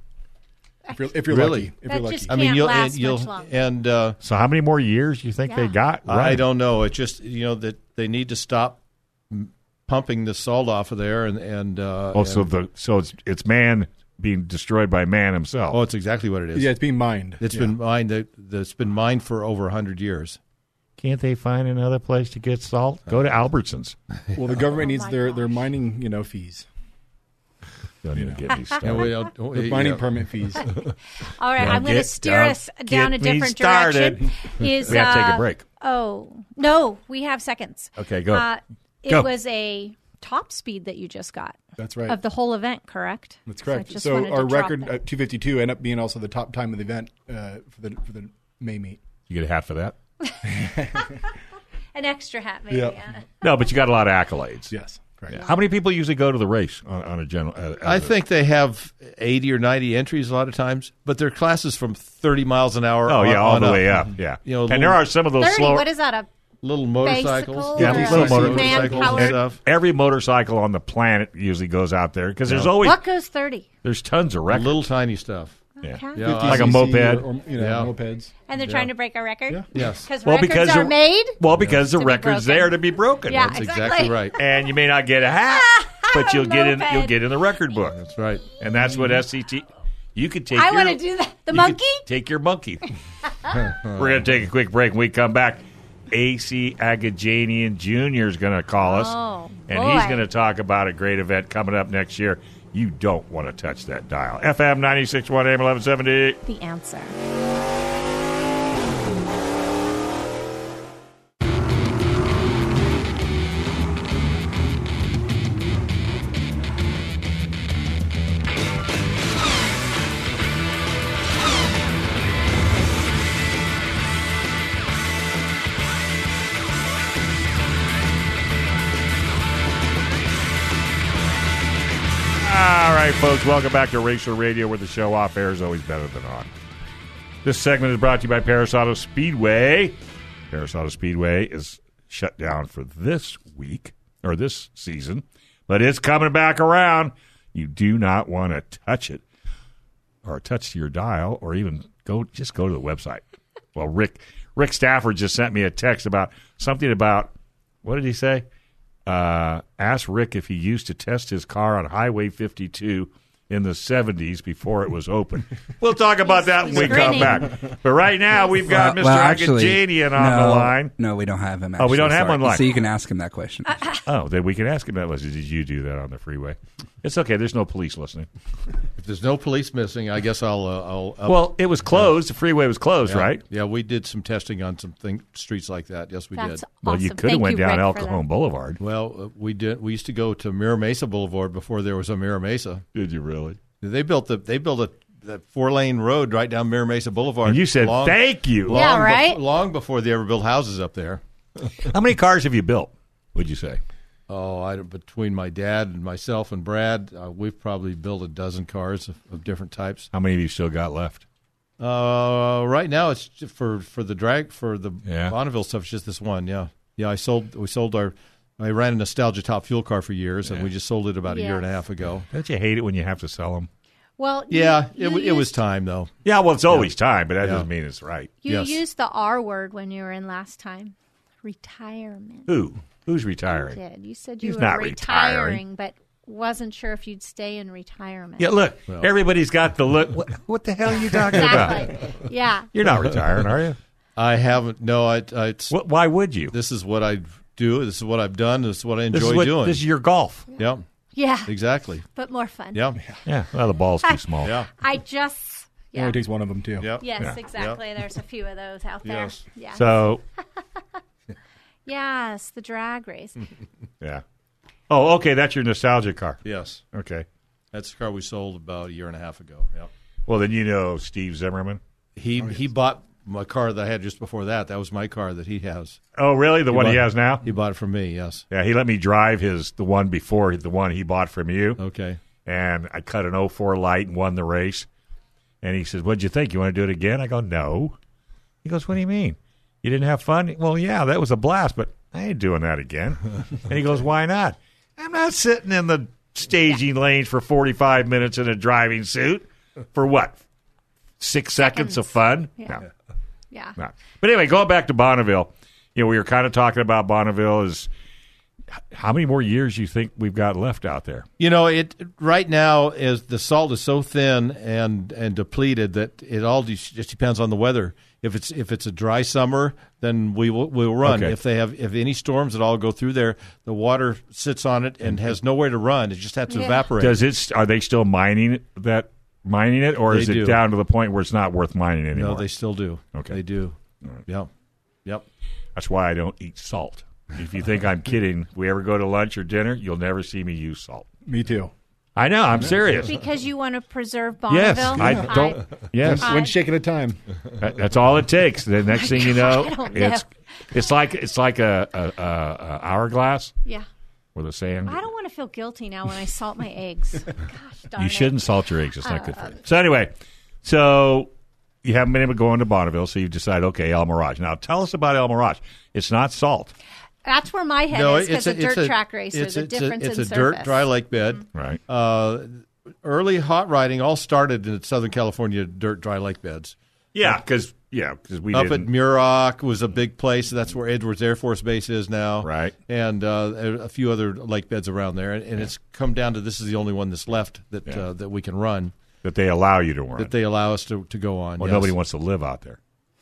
S9: If you're, if you're
S8: Really?
S9: lucky, if
S6: That
S9: you're lucky,
S6: just- Can't last
S8: and
S6: much longer.
S8: and uh,
S5: So how many more years do you think they
S6: Yeah.
S5: got?
S8: I
S5: running?
S8: don't know. It just you know that they need to stop m- pumping the salt off of there, and and uh,
S5: Oh, so
S8: and-
S5: the so it's it's man being destroyed by man himself.
S8: oh, it's exactly what it is.
S9: yeah, it's being mined.
S8: It's
S9: yeah.
S8: been mined. That that's been mined for over hundred years.
S5: Can't they find another place to get salt? Go to Albertsons.
S9: well, the
S6: Oh
S9: government needs their, their mining you know fees,
S5: Don't even get me started.
S8: And we don't- we-
S9: their mining
S8: yeah.
S9: permit fees.
S6: All right,
S5: Now
S6: I'm going to
S5: get-
S6: steer
S5: don't
S6: us down a
S5: get me
S6: different
S5: started.
S6: direction. Is
S5: We have to take a
S6: uh,
S5: break.
S6: Oh no, we have seconds.
S5: Okay, go.
S6: Uh, it
S5: Go.
S6: was a top speed that you just got.
S9: That's right.
S6: Of the whole event, correct?
S9: That's
S6: So I
S9: correct.
S6: just
S9: So,
S6: wanted to
S9: our
S6: drop
S9: record uh,
S6: that.
S9: at 252 ended up being also the top time of the event uh, for the for the May meet.
S5: You get half of that.
S6: an extra hat, maybe.
S9: Yeah.
S6: Yeah.
S5: No, but you got a lot of accolades.
S9: Yes, correct.
S5: How many people usually go to the race on, on a general? Uh,
S8: I
S5: uh,
S8: think they have eighty or ninety entries a lot of times, but their class is from thirty miles an hour.
S5: Oh
S8: on-
S5: yeah, all
S8: on
S5: the way up. Yeah,
S8: You know,
S5: and
S8: little-
S5: there are some of those
S6: Thirty.
S5: slower.
S6: What is that? A
S8: Little motorcycles,
S6: Bicycle
S5: Yeah,
S8: DCC
S5: little motor-
S8: motorcycles and
S6: man-powered-
S8: stuff.
S5: Every motorcycle on the planet usually goes out there because there's always
S6: what goes thirty?
S5: there's tons of records.
S8: Little tiny stuff.
S5: yeah.
S6: Okay.
S8: Yeah,
S5: Like a
S8: I-
S5: moped.
S9: Or, or, you know,
S8: Yeah.
S9: mopeds.
S6: And they're trying to break a record.
S8: Yes.
S6: Because
S5: Well,
S6: records
S5: because
S6: are
S5: the-
S6: made.
S5: Well, because the
S6: To be
S5: record's
S6: broken.
S5: there to be broken.
S6: yeah,
S8: that's exactly right.
S5: and you may not get a hat, but you'll get in.
S6: Moped.
S5: You'll get in the record book,
S8: That's right.
S5: and that's what SCT. You could take.
S6: I
S5: your-
S6: want to do that. The
S5: you could
S6: monkey.
S5: Take your monkey. We're going to take a quick break. When we come back, AC Agajanian Jr. is going to call us,
S6: Oh,
S5: and he's
S6: boy.
S5: going to talk about a great event coming up next year. You don't want to touch that dial. FM 961 AM 1170.
S6: The answer.
S5: All right, folks, welcome back to Racer Radio, where the show off air is always better than on. This segment is brought to you by Paris Auto Speedway. Paris Auto Speedway is shut down for this week or this season, but it's coming back around. You do not want to touch it or touch your dial or even go just go to the website. Well, Rick Rick Stafford just sent me a text about something about what did he say? uh, asked Rick if he used to test his car on Highway 52 in the 70s before it was open. we'll talk about that when we come back. But right now, we've got Mr.
S7: Uh, Well, actually,
S5: Agajanian on
S7: no,
S5: the line.
S7: No, we don't have him.
S5: Oh, we don't
S7: actually,
S5: have
S7: sorry.
S5: one line.
S7: So you can ask him that question.
S5: Oh, then we can ask him that. Was did you do that on the freeway? It's okay. There's no police listening.
S8: If there's no police missing, I guess I'll. Uh, I'll up-
S5: Well, it was closed. The freeway was closed,
S8: Yeah.
S5: right?
S8: Yeah, we did some testing on some thing, streets like that. Yes, we
S5: That's
S8: did.
S5: Well, you awesome. coulda Thank went you, down Rick, El for that. Cajon Boulevard.
S8: Well, uh, we did. We used to go to Mira Mesa Boulevard before there was a Mira Mesa.
S5: Did you really?
S8: They built the they built a, four lane road right down Mira Mesa Boulevard.
S5: And you said, "Thank you."
S8: Long
S5: Yeah,
S8: bef-
S5: right?
S8: long before they ever built houses up there.
S5: How many cars have you built? Would you say?
S8: Oh, I, between my dad and myself and Brad, uh, we've probably built a dozen cars of, of different types.
S5: How many have you still got left?
S8: Uh, right now it's ju- for for the drag for the
S5: Yeah.
S8: Bonneville stuff. It's just this one. Yeah, yeah. I sold we sold our. I ran a nostalgia top fuel car for years, and we just sold it about a year and a
S6: Yes.
S8: half ago.
S5: Don't you hate it when you have to sell them?
S6: Well, you-
S8: Yeah,
S6: you
S8: it, wa- it
S6: used-
S8: was time though.
S5: Yeah, well, it's always time, but that
S8: Yeah.
S5: doesn't mean it's right.
S6: You used the R word when you were in last time. Retirement.
S5: Who? Who's retiring?
S6: You did. You said you
S5: He's
S6: were
S5: not
S6: retiring, but wasn't sure if you'd stay in retirement.
S5: Yeah, look, everybody's got the look. What, what the hell are you talking about?
S6: yeah.
S5: You're not retiring, are you?
S8: I haven't. No, I. I it's,
S5: why would you?
S8: This is what I do. This is what I've done. This is what I enjoy
S5: This is what-
S8: doing.
S5: This is your golf.
S8: Yeah.
S6: Yeah.
S8: Exactly.
S6: But more fun.
S8: Yeah.
S5: Yeah. Well, the ball's too small.
S8: Yeah.
S6: I just.
S9: It
S6: Yeah.
S9: only takes one of them too.
S6: Yes, exactly. There's a few of those out there.
S9: Yes.
S6: Yes.
S5: So,
S6: Yes, the drag race.
S5: yeah. Oh, okay. That's your nostalgia car.
S8: Yes.
S5: Okay.
S8: That's the car we sold about a year and a half ago. Yeah.
S5: Well, then you know Steve Zimmerman.
S8: He he bought my car that I had just before that. That was my car that he has.
S5: Oh, really? The one he
S8: bought-
S5: has now?
S8: He bought it from me. Yes.
S5: Yeah, he let me drive his the one before the one he bought from you.
S8: Okay.
S5: And I cut an 04 light and won the race. And he says, "What'd you think? You want to do it again?" I go, "No." He goes, "What do you mean? You didn't have fun?" Well, yeah, that was a blast, but I ain't doing that again. and he goes, "Why not?" I'm not sitting in the staging lanes for 45 minutes in a driving suit for what? Six seconds, of fun?
S6: Yeah.
S5: No.
S6: Yeah.
S5: Not. But anyway, going back to Bonneville, you know, we were kind of talking about Bonneville is h- how many more years you think we've got left out there?
S8: You know, it right now is the salt is so thin and and depleted that it all de- just depends on the weather. If it's if it's a dry summer, then we will we'll run.
S5: Okay.
S8: If they have if any storms at all go through there, the water sits on it
S5: Mm-hmm.
S8: and has nowhere to run. It just has to
S6: Yeah.
S8: evaporate.
S5: Does it? st- Are they still mining that? Mining it, or
S8: They
S5: is it
S8: do.
S5: down to the point where it's not worth mining anymore?
S8: No, they still do.
S5: Okay.
S8: They do. Yep. Yep.
S5: That's why I don't eat salt. If you think I'm kidding, if we ever go to lunch or dinner, you'll never see me use salt.
S9: Me too.
S5: I know. I'm serious.
S6: Because you want to preserve Bonneville?
S5: Yes, I don't. Yes,
S6: I- One
S9: shake at a time.
S5: That's all it takes. The next thing you know,
S6: I don't
S5: it's
S6: know.
S5: it's like it's like a, a, a, a hourglass
S6: Yeah.
S5: where the sand.
S6: I don't want to feel guilty now when I salt my eggs. Gosh darn
S5: You
S6: it.
S5: shouldn't salt your eggs. It's not good for
S6: Uh,
S5: you. So anyway, so you haven't been able to go into Bonneville, so you've decided, okay, El Mirage. Now tell us about El Mirage. It's not salt.
S6: That's where my head is because the dirt track race is
S8: it's
S6: a
S8: it's
S6: difference
S8: it's
S6: in
S8: a
S6: surface.
S8: dirt dry lake bed.
S5: Right.
S8: Uh, early hot riding all started in Southern California dirt dry lake beds.
S5: Yeah, because yeah, because we
S8: Up
S5: didn't.
S8: at Muroc was a big place. That's where Edwards Air Force Base is now. Right. And uh, a- a few other lake beds around there. And, and it's come down to this is the only one that's left that
S5: Yeah.
S8: uh, that we can run.
S5: That they allow you to run.
S8: That they allow us to, to go on.
S5: well,
S8: yes.
S5: nobody wants to live out there.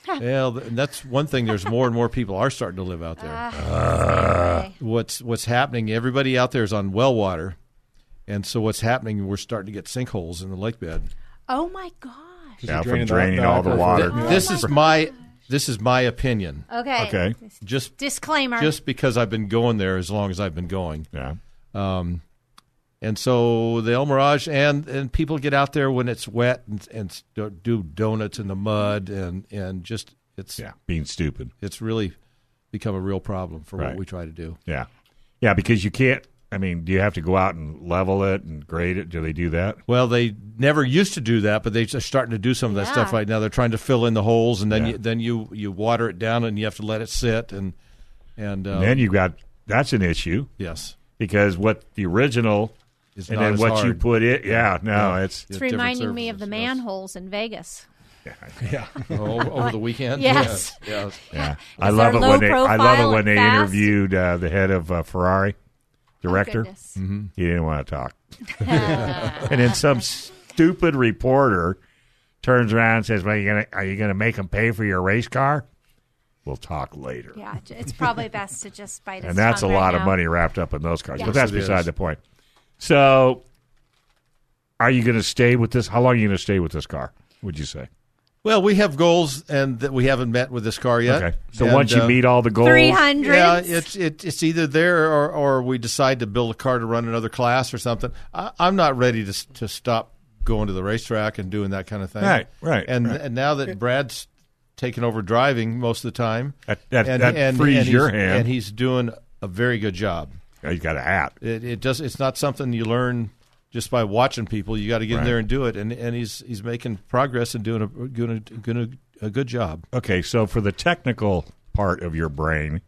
S8: Well, th- and that's one thing. There's more and more people are starting to live out there. what's what's happening? Everybody out there is on well water, and so what's happening? We're starting to get sinkholes in the lake bed.
S6: Oh my gosh.
S5: Yeah, from draining all the water.
S8: Th- This is my this is my opinion.
S6: Okay. Okay.
S8: Just
S6: Disclaimer.
S8: Just because I've been going there as long as I've been going.
S5: Yeah.
S8: Um, and so the El Mirage and and people get out there when it's wet and and s- do- do donuts in the mud and and just it's yeah
S5: being stupid.
S8: It's really become a real problem for
S5: Right.
S8: what we try to do.
S5: Yeah, yeah, because you can't. I mean, do you have to go out and level it and grade it? Do they do that?
S8: Well, they never used to do that, but they're just starting to do some of that stuff
S5: Yeah.
S8: right now. They're trying to fill in the holes, and then
S5: Yeah.
S8: you, then you you water it down, and you have to let it sit, and and, um,
S5: And then you got that's an issue.
S8: Yes,
S5: because what the original
S8: It's
S5: and
S8: not
S5: then
S8: as
S5: what you
S8: hard.
S5: put it. Yeah, no,
S8: Yeah.
S5: it's
S6: It's reminding me of the manholes in Vegas.
S8: yeah Oh, over, over the weekend.
S6: Yes.
S8: yes, yes.
S5: Yeah, I
S6: Is
S5: love
S6: there
S5: it when they.
S6: low
S5: I love
S6: profile
S5: it when
S6: and
S5: they
S6: fast?
S5: interviewed uh, the head of uh, Ferrari. director.
S6: Oh, goodness.
S5: He didn't want to talk. and then some stupid reporter turns around and says, "Well, you gonna are you gonna make him pay for your race car?" We'll talk later.
S6: Yeah, j- it's probably best to just bite. his
S5: and that's a
S6: tongue right
S5: lot of
S6: now.
S5: money wrapped up in those cars.
S6: Yeah.
S5: But that's
S6: Yes, it
S5: beside
S6: is.
S5: the point. So, are you going to stay with this? How long are you going to stay with this car? Would you say?
S8: Well, we have goals, and that we haven't met with this car yet.
S5: Okay. So
S8: And,
S5: once you meet all the goals- 300s?
S8: Oh, yeah, it's it, it's either there or, or we decide to build a car to run another class or something. I, I'm not ready to s- to stop going to the racetrack and doing that kind of thing.
S5: Right, right,
S8: And
S5: right.
S8: and now that Brad's taken over driving most of the time,
S5: That- that- that frees
S8: he's-
S5: your hand.
S8: and he's doing a very good job.
S5: He's got a hat.
S8: It, it just it's not something you learn just by watching people. You got to get
S5: Right.
S8: in there and do it, and and he's he's making progress and doing a doing a, doing a, a good job.
S5: Okay. So for the technical part of your brain,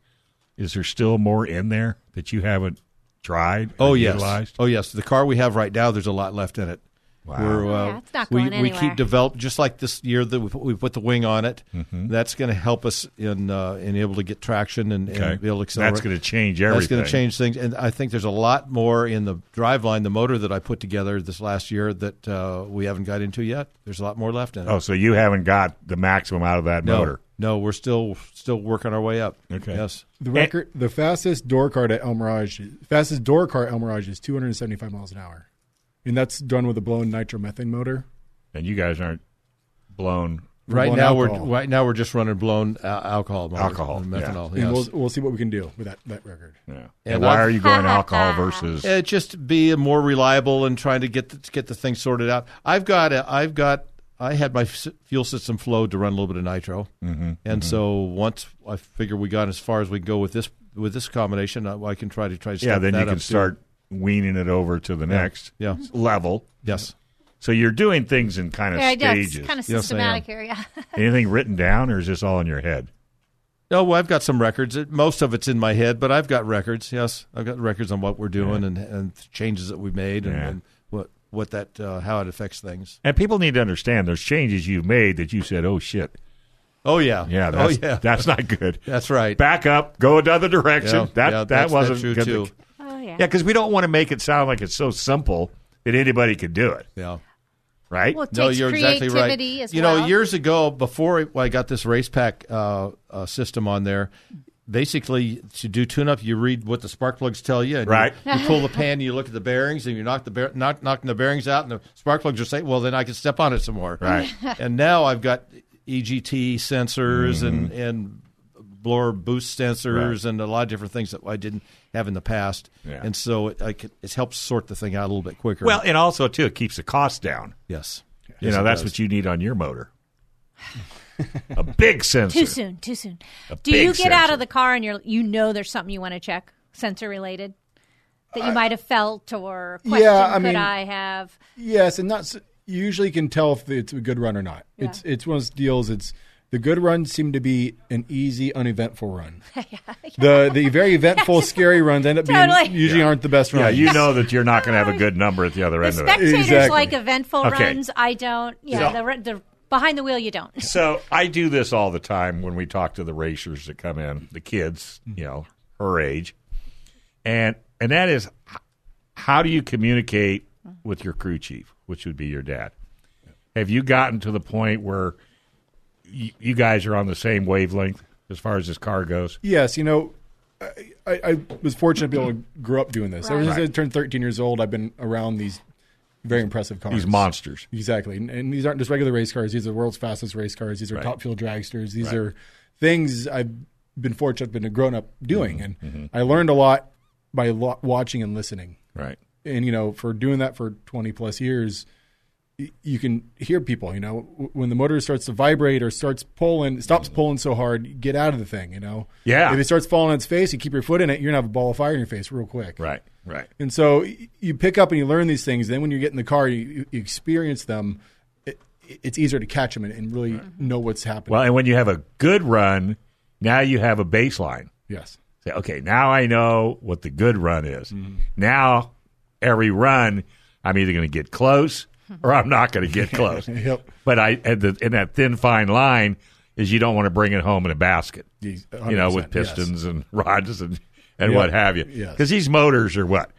S5: is there still more in there that you haven't tried? or
S8: Oh yes,
S5: utilized?
S8: oh yes. The car we have right now, there's a lot left in it. Wow,
S6: Yeah, it's not
S8: uh, we
S6: going
S8: we
S6: anywhere.
S8: keep develop just like this year that we put, we put the wing on it.
S5: Mhm.
S8: That's going to help us in uh, in able to get traction and,
S5: Okay.
S8: and be able to
S5: That's
S8: accelerate.
S5: gonna change
S8: That's going
S5: everything.
S8: to change things, and I think there's a lot more in the drive line, the motor that I put together this last year that uh, we haven't got into yet. There's a lot more left in it.
S5: Oh, so you haven't got the maximum out of that
S8: no,
S5: Oh, motor.
S8: no, we're still still working our way up.
S5: Okay.
S8: Yes.
S9: The record, the fastest door card at El Mirage, fastest door car at El Mirage is 275 miles an hour, and that's done with a blown nitromethane motor.
S5: And you guys aren't blown.
S8: Right
S9: Blown
S8: now
S9: alcohol.
S8: we're right now we're just running blown uh, alcohol, motors,
S5: Alcohol,
S8: and
S5: yeah.
S8: methanol.
S9: And
S8: yes.
S9: we'll we'll see what we can do with that, that record.
S5: Yeah.
S8: And
S5: And why
S8: I've-
S5: are you going alcohol versus?
S8: Uh, just be more reliable and trying to get the, to get the thing sorted out. I've got a, I've got I had my s- fuel system flowed to run a little bit of nitro,
S5: Mhm,
S8: and
S5: mhm.
S8: so once I figure we got as far as we can go with this with this combination, I, I can try to try to
S5: Yeah,
S8: step
S5: then
S8: that
S5: you
S8: up,
S5: can
S8: too.
S5: start weaning it over to the
S8: Yeah,
S5: next
S8: yeah.
S5: level.
S8: Yes.
S5: So you're doing things in kind of
S6: Yeah, I do. It's
S5: stages.
S6: kind of systematic here. Yeah.
S5: Anything written down, or is this all in your head?
S8: No, oh, well, I've got some records. It, most of it's in my head, but I've got records. Yes, I've got records on what we're doing and, and changes that we've made and,
S5: Yeah.
S8: and what what that uh, how it affects things.
S5: And people need to understand there's changes you've made that you said, "Oh shit."
S8: Oh yeah,
S5: Yeah,
S8: Oh,
S5: that's,
S8: yeah.
S5: that's not good.
S8: That's right.
S5: Back up, go another direction.
S8: Yeah,
S5: that
S8: yeah,
S5: that
S8: that's-
S5: wasn't
S8: that's true,
S5: good.
S8: too.
S6: Oh, yeah.
S5: because we don't want to make it sound like it's so simple that anybody could do it.
S8: Yeah.
S5: Right.
S6: Well, it takes creativity as
S8: you know,
S6: well.
S8: years ago, before I- I got this race pack uh, uh, system on there, basically to do tune up, you read what the spark plugs tell you. And you-
S5: Right.
S8: You, pull the pan, you look at the bearings, and you knock the bear, knock, knocking the bearings out, and the spark plugs are saying, "Well, then I can step on it some more."
S5: Right.
S8: and now I've got EGT sensors and and blower boost sensors and a lot of different things that I didn't have in the past,
S5: Yeah.
S8: and so it, I could, it helps sort the thing out a little bit quicker.
S5: Well, and also too, it keeps the cost down.
S8: Yes.
S5: You
S8: Yes,
S5: know,
S8: it
S5: that's
S8: does.
S5: what you need on your motor. a big sensor.
S6: Too soon. Too soon.
S5: A
S6: Do you get
S5: big
S6: out
S5: sensor.
S6: of the car and you're you know there's something you want to check sensor related that you might have felt or
S9: Yeah,
S6: question
S9: I
S6: could
S9: mean-
S6: I have?
S9: Yes, and that's you usually can tell if it's a good run or not.
S6: Yeah.
S9: It's it's one of those deals. It's the good runs seem to be an easy, uneventful run. The the very eventful, scary runs end up
S6: Totally.
S9: being usually aren't the best
S5: Yeah,
S9: runs.
S5: you know that you're not going to have a good number at the other
S6: The
S5: end of it.
S6: spectators like eventful
S5: Okay.
S6: runs. I don't. Yeah.
S5: So-
S6: the re- the behind the wheel you don't.
S5: So I do this all the time when we talk to the racers that come in, the kids, you know, her age, and and that is h- how do you communicate with your crew chief, which would be your dad. Have you gotten to the point where y- you guys are on the same wavelength as far as this car goes?
S9: Yes, you know, I, I, I was fortunate to be able to grow up doing this. Ever
S5: Right.
S9: since I
S5: Right.
S9: turned 13 years old, I've been around these very impressive cars.
S5: These monsters.
S9: Exactly. And, and these aren't just regular race cars. These are the world's fastest race cars. These are
S5: Right.
S9: top fuel dragsters. These
S5: Right.
S9: are things I've been fortunate to have been grown up doing.
S5: Mm-hmm.
S9: And I learned a lot by lo- watching and listening.
S5: Right.
S9: And, you know, for doing that for 20 plus years, y- you can hear people, you know, w- when the motor starts to vibrate or starts pulling, stops pulling so hard, get out of the thing, you know?
S5: Mm-hmm. Yeah.
S9: If it starts falling on its face, you keep your foot in it, you're going to have a ball of fire in your face real quick.
S5: Right, right.
S9: And so y- you pick up and you learn these things. Then when you get in the car, you, you experience them. It, it's easier to catch them and, and really know what's happening.
S5: Well, and when you have a good run, now you have a baseline.
S9: Yes.
S5: Say, okay, now I know what the good run is.
S8: Mm-hmm.
S5: Now, every run, I'm either going to get close or I'm not going to get close.
S9: Yep.
S5: But I, and, the, and that thin fine line is you don't want to bring it home in a basket.
S9: Yes,
S5: You know, with
S9: 100%, yes.
S5: pistons and rods and and
S8: Yeah.
S5: what have you.
S8: Yes.
S5: Because these motors are what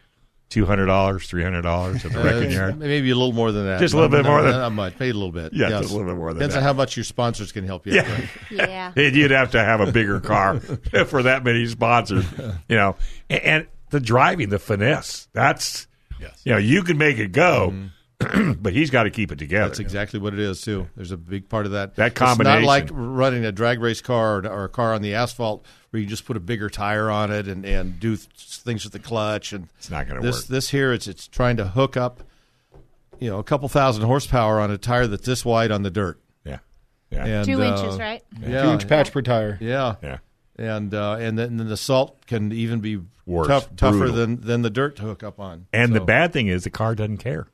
S5: two hundred dollars, three hundred dollars at the wrecking yard.
S8: Uh, Maybe a little more than that.
S5: Just a little
S8: No,
S5: bit
S8: no,
S5: more than
S8: not much. Maybe a little bit.
S5: Yeah,
S8: Yes.
S5: just a little bit more than
S8: Depends
S5: that.
S8: on how much your sponsors can help you. out,
S5: Yeah.
S8: right?
S5: and you'd have to have a bigger car for that many sponsors, you know. And, and the driving, the finesse, that's, you know, you can make it go, but he's got to keep it together.
S8: Mm-hmm. That's exactly what it is too. There's a big part of that.
S5: That combination.
S8: It's not like running a drag race car or, or a car on the asphalt where you just put a bigger tire on it and, and do th- things with the clutch and it's not
S5: gonna
S8: to this
S5: work.
S8: this here it's it's trying to hook up, you know, a couple thousand horsepower on a tire that's this wide on the dirt.
S5: Yeah,
S9: Yeah.
S8: And,
S9: Two
S8: uh,
S9: inches, right?
S8: Yeah,
S9: Two-inch patch per tire.
S8: Yeah,
S5: yeah.
S8: And uh, and then and then the salt can even be
S5: Worse.
S8: tough, tougher
S5: Brutal.
S8: than than the dirt to hook up on.
S5: And the
S8: So-
S5: bad thing is the car doesn't care.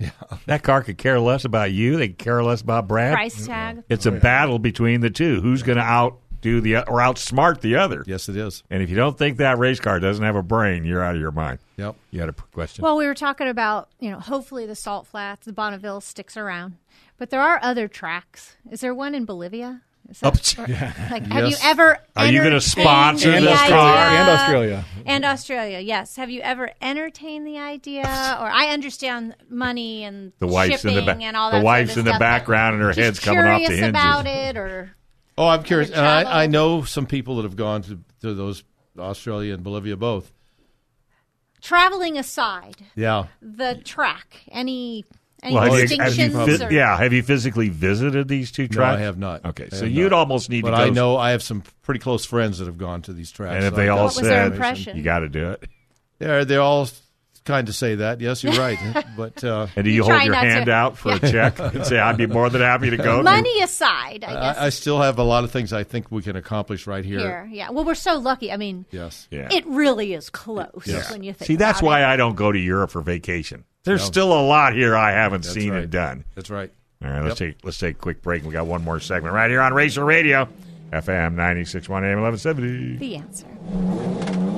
S5: Yeah. That car could care less about you. They could care less about Brad.
S6: Price tag.
S5: It's
S8: Oh,
S5: a battle between the two. Who's going to outdo the or outsmart the other?
S8: Yes, it is.
S5: And if you don't think that race car doesn't have a brain, you're out of your mind.
S8: Yep.
S5: You had a p- question.
S6: Well, we were talking about, you know, hopefully the salt flats, the Bonneville sticks around. But there are other tracks. Is there one in Bolivia? Is that-
S5: Up-
S6: or-
S5: Yeah.
S6: Like, have you
S5: Yes.
S6: ever?
S5: Are you gonna
S6: entertained
S5: sponsor
S6: the
S5: this
S6: idea-
S5: car? And Australia.
S6: And Australia, yes. Have you ever entertained the idea? Or I understand money and
S5: The wife's in
S6: shipping
S5: the ba-
S6: and all
S5: the
S6: that. sort of
S5: wife's in the
S6: stuff, but
S5: background and her
S6: just
S5: head's coming off the
S6: curious
S5: hinges.
S6: about it, or
S8: Oh, I'm curious. And I, I
S6: traveled?
S8: know some people that have gone to, to those Australia and Bolivia both.
S6: traveling aside,
S8: Yeah.
S6: the track, any any
S5: Well, have you- have you
S6: distinctions?
S5: phys-
S6: or-
S5: yeah, have you physically visited these two
S8: No,
S5: tracks?
S8: I have not.
S5: Okay,
S8: I
S5: so
S8: have
S5: you'd
S8: not.
S5: almost need
S8: but
S5: to.
S8: I
S5: go-
S8: know I have some pretty close friends that have gone to these tracks.
S5: And if
S8: so
S5: they
S8: I've
S5: all
S8: got some
S5: said,
S8: information.
S5: "You got to do it,"
S8: yeah, they all kind of say that. Yes, you're right. but uh,
S5: and do you, hold your hand out for a check and say, "I'd be more than happy to go"?
S6: Money aside,
S9: Uh,
S6: I guess.
S8: I, I still have a lot of things I think we can accomplish right here.
S6: here. Yeah. Well, we're so lucky. I mean,
S8: Yes.
S6: it really is close
S5: Yes.
S6: when you think.
S5: See, that's
S6: about
S5: why I don't go to Europe for vacation. There's
S8: No.
S5: still a lot here I haven't seen and done.
S8: That's right.
S5: All right, let's take let's take a quick break. We got one more segment right here on Racer Radio, FM 96.1 AM eleven
S6: it.
S5: seventy.
S6: the answer.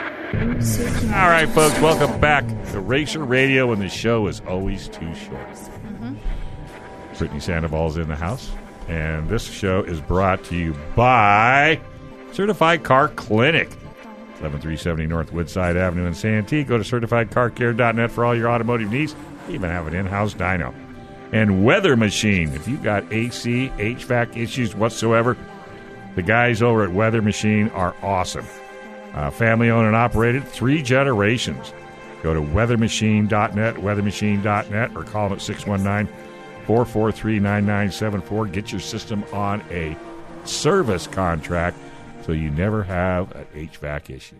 S5: All right, folks, welcome back to Racer Radio, and the show is always too short. Brittany Sandoval's in the house, and this show is brought to you by Certified Car Clinic. 11370 North Woodside Avenue in Santee. Go to certifiedcarcare.net for all your automotive needs. They even have an in house dyno. And Weather Machine. If you've got AC, HVAC issues whatsoever, the guys over at Weather Machine are awesome. Uh, family owned and operated, three generations. Go to weathermachine.net, weathermachine.net, or call them at 619 443 9974. Get your system on a service contract so you never have an HVAC issue.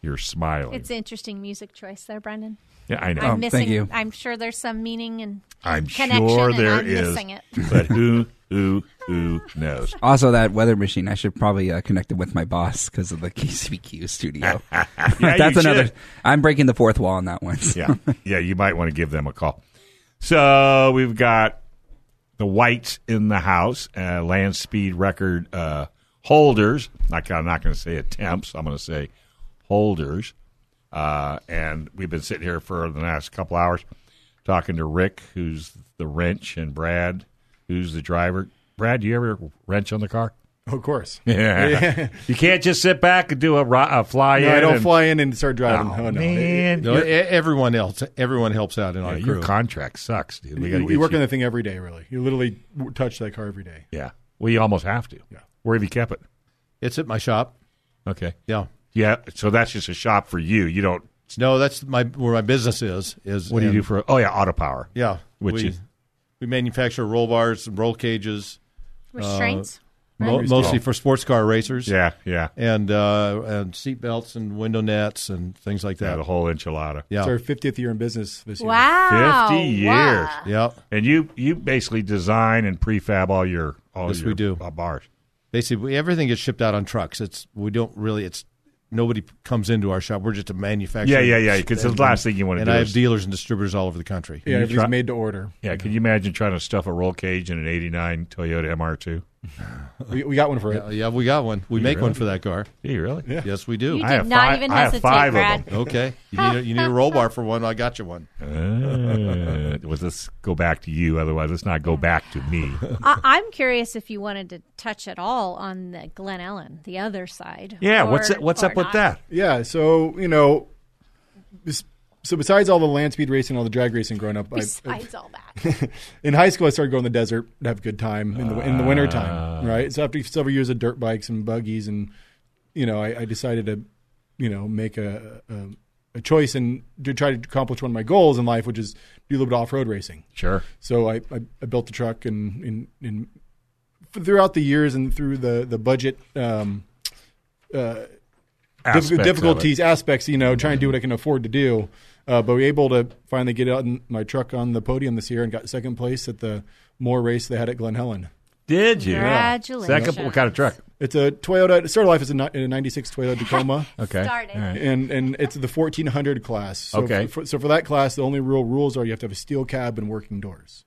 S5: You're smiling.
S6: It's interesting music choice there, Brendan.
S5: Yeah, I know.
S6: I'm
S5: Oh,
S6: missing.
S5: thank you.
S6: I'm sure there's some meaning and
S5: I'm
S6: connection,
S5: sure
S6: and
S5: there
S6: I'm
S5: is,
S6: missing it.
S5: but who, who, who knows?
S7: Also, that weather machine, I should probably uh, connect it with my boss because of the KCBQ studio.
S5: Yeah,
S7: That's
S5: you
S7: another.
S5: should.
S7: I'm breaking the fourth wall on that one.
S5: yeah, yeah. You might want to give them a call. So we've got the whites in the house, uh, land speed record uh, holders. Not, I'm not going to say attempts. I'm going to say holders. Uh, and we've been sitting here for the last couple hours talking to Rick, who's the wrench, and Brad, who's the driver. Brad, do you ever wrench on the car?
S9: Of course.
S5: Yeah. You can't just sit back and do a, ro- a fly
S9: No,
S5: in.
S9: I don't
S5: and-
S9: fly in and start driving.
S5: Oh,
S9: Oh, no.
S5: man.
S8: No, e- everyone else, everyone helps out in our
S5: your
S8: crew.
S5: contract sucks, dude. We got to
S9: you,
S5: get
S9: you work
S5: you-
S9: on the thing every day, really. You literally w- touch that car every day.
S5: Yeah. Well, you almost have to. Yeah. Where have you kept it?
S8: It's at my shop.
S5: Okay.
S8: Yeah.
S5: Yeah. So that's just a shop for you. You don't.
S8: No, that's my where my business is. Is
S5: What do you
S8: and-
S5: do for? Oh yeah, auto power.
S8: Yeah,
S5: Which
S8: we,
S5: is
S8: we manufacture roll bars and roll cages,
S6: Restraints?
S8: uh, Mo-
S9: Right.
S8: mostly
S9: Oh.
S8: for sports car racers.
S5: Yeah, yeah.
S8: And uh, and seatbelts and window nets and things like that.
S5: Yeah, the whole enchilada.
S8: Yeah.
S9: It's our 50th year in business this year.
S6: Wow.
S5: Fifty years.
S8: Yep.
S5: And you you basically design and prefab all your all
S8: yes,
S5: your uh,
S8: we do.
S5: bars.
S8: Basically, everything gets shipped out on trucks. It's we don't really. It's nobody comes into our shop. We're just a manufacturer.
S5: Yeah, yeah, yeah, 'cause the
S8: And-
S5: last thing you wanna
S8: And
S5: do
S8: I have
S5: is-
S8: dealers and distributors all over the country.
S5: Can you try-
S9: made to order.
S5: Yeah, can you imagine trying to stuff a roll cage in an '89 Toyota MR2?
S9: We, we got one for
S8: Yeah, yeah, we got one. We
S5: You
S8: make one
S5: really?
S8: for that car.
S5: Do you really?
S8: Yes, we do.
S6: You I did have not fi- even I have hesitate, five of Brad. them.
S8: Okay, you need a, you need a roll bar for one. I got you one.
S5: Uh, was this go back to you? Otherwise, let's not go back to me.
S6: I, I'm curious if you wanted to touch at all on the Glen Ellen, the other side. or- or not.
S9: Yeah, so you know, bes- so besides all the land speed racing, all the drag racing growing up,
S6: Besides all
S9: that, in high school I started going to the desert to have a good time in the in the winter time, right? So after several years of dirt bikes and buggies, and you know, I, I decided to, you know, make a, a a choice and to try to accomplish one of my goals in life, which is do a little bit of off road racing.
S5: Sure.
S9: So I, I, I built the truck and and, and throughout the years and through the the budget um, uh,
S5: Aspects
S9: diffi-
S5: of
S9: difficulties,
S5: it. Mm-hmm.
S9: aspects, you know, trying to do what I can afford to do. Uh, but we were able to finally get out in my truck on the podium this year and got second place at the Moore race they had at Glen Helen.
S5: Did you?
S9: Yeah.
S6: Congratulations. Second- what kind of truck?
S9: It's a Toyota. It started life as a, ni- a '96 Toyota Tacoma.
S5: Okay. Started. All right.
S9: And and it's the 1400 class. So
S5: Okay.
S9: For, so for that class, the only real rules are you have to have a steel cab and working doors.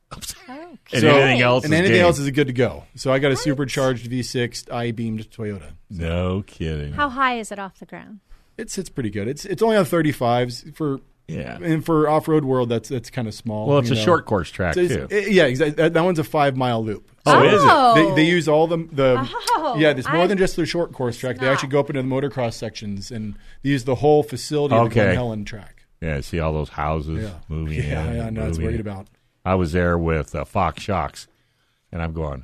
S6: And
S5: anything else
S9: And
S5: is
S9: anything
S5: game.
S9: else is good to go. So I got a supercharged V6 I-beamed Toyota.
S5: No kidding.
S6: How high is it off the ground?
S9: It sits pretty good. It's it's only on thirty fives for
S5: yeah,
S9: and for off road world that's that's kind of small.
S5: Well, it's
S9: you
S5: a short course track,
S9: So it's-
S5: too.
S9: it- yeah, exactly. That, that one's a five mile loop.
S5: Oh, is it? Oh.
S9: They, they use all the the
S5: Oh,
S9: yeah. It's more
S5: I-
S9: than just the short course track. They actually go up into the motocross sections and they use the whole facility of the
S5: Okay.
S9: Glen Helen track.
S5: Yeah, see all those houses
S9: Yeah.
S5: moving
S9: Yeah,
S5: in.
S9: yeah,
S5: and
S9: no, it's
S5: moving
S9: worried
S5: in.
S9: about.
S5: I was there with uh, Fox Shocks, and I'm going,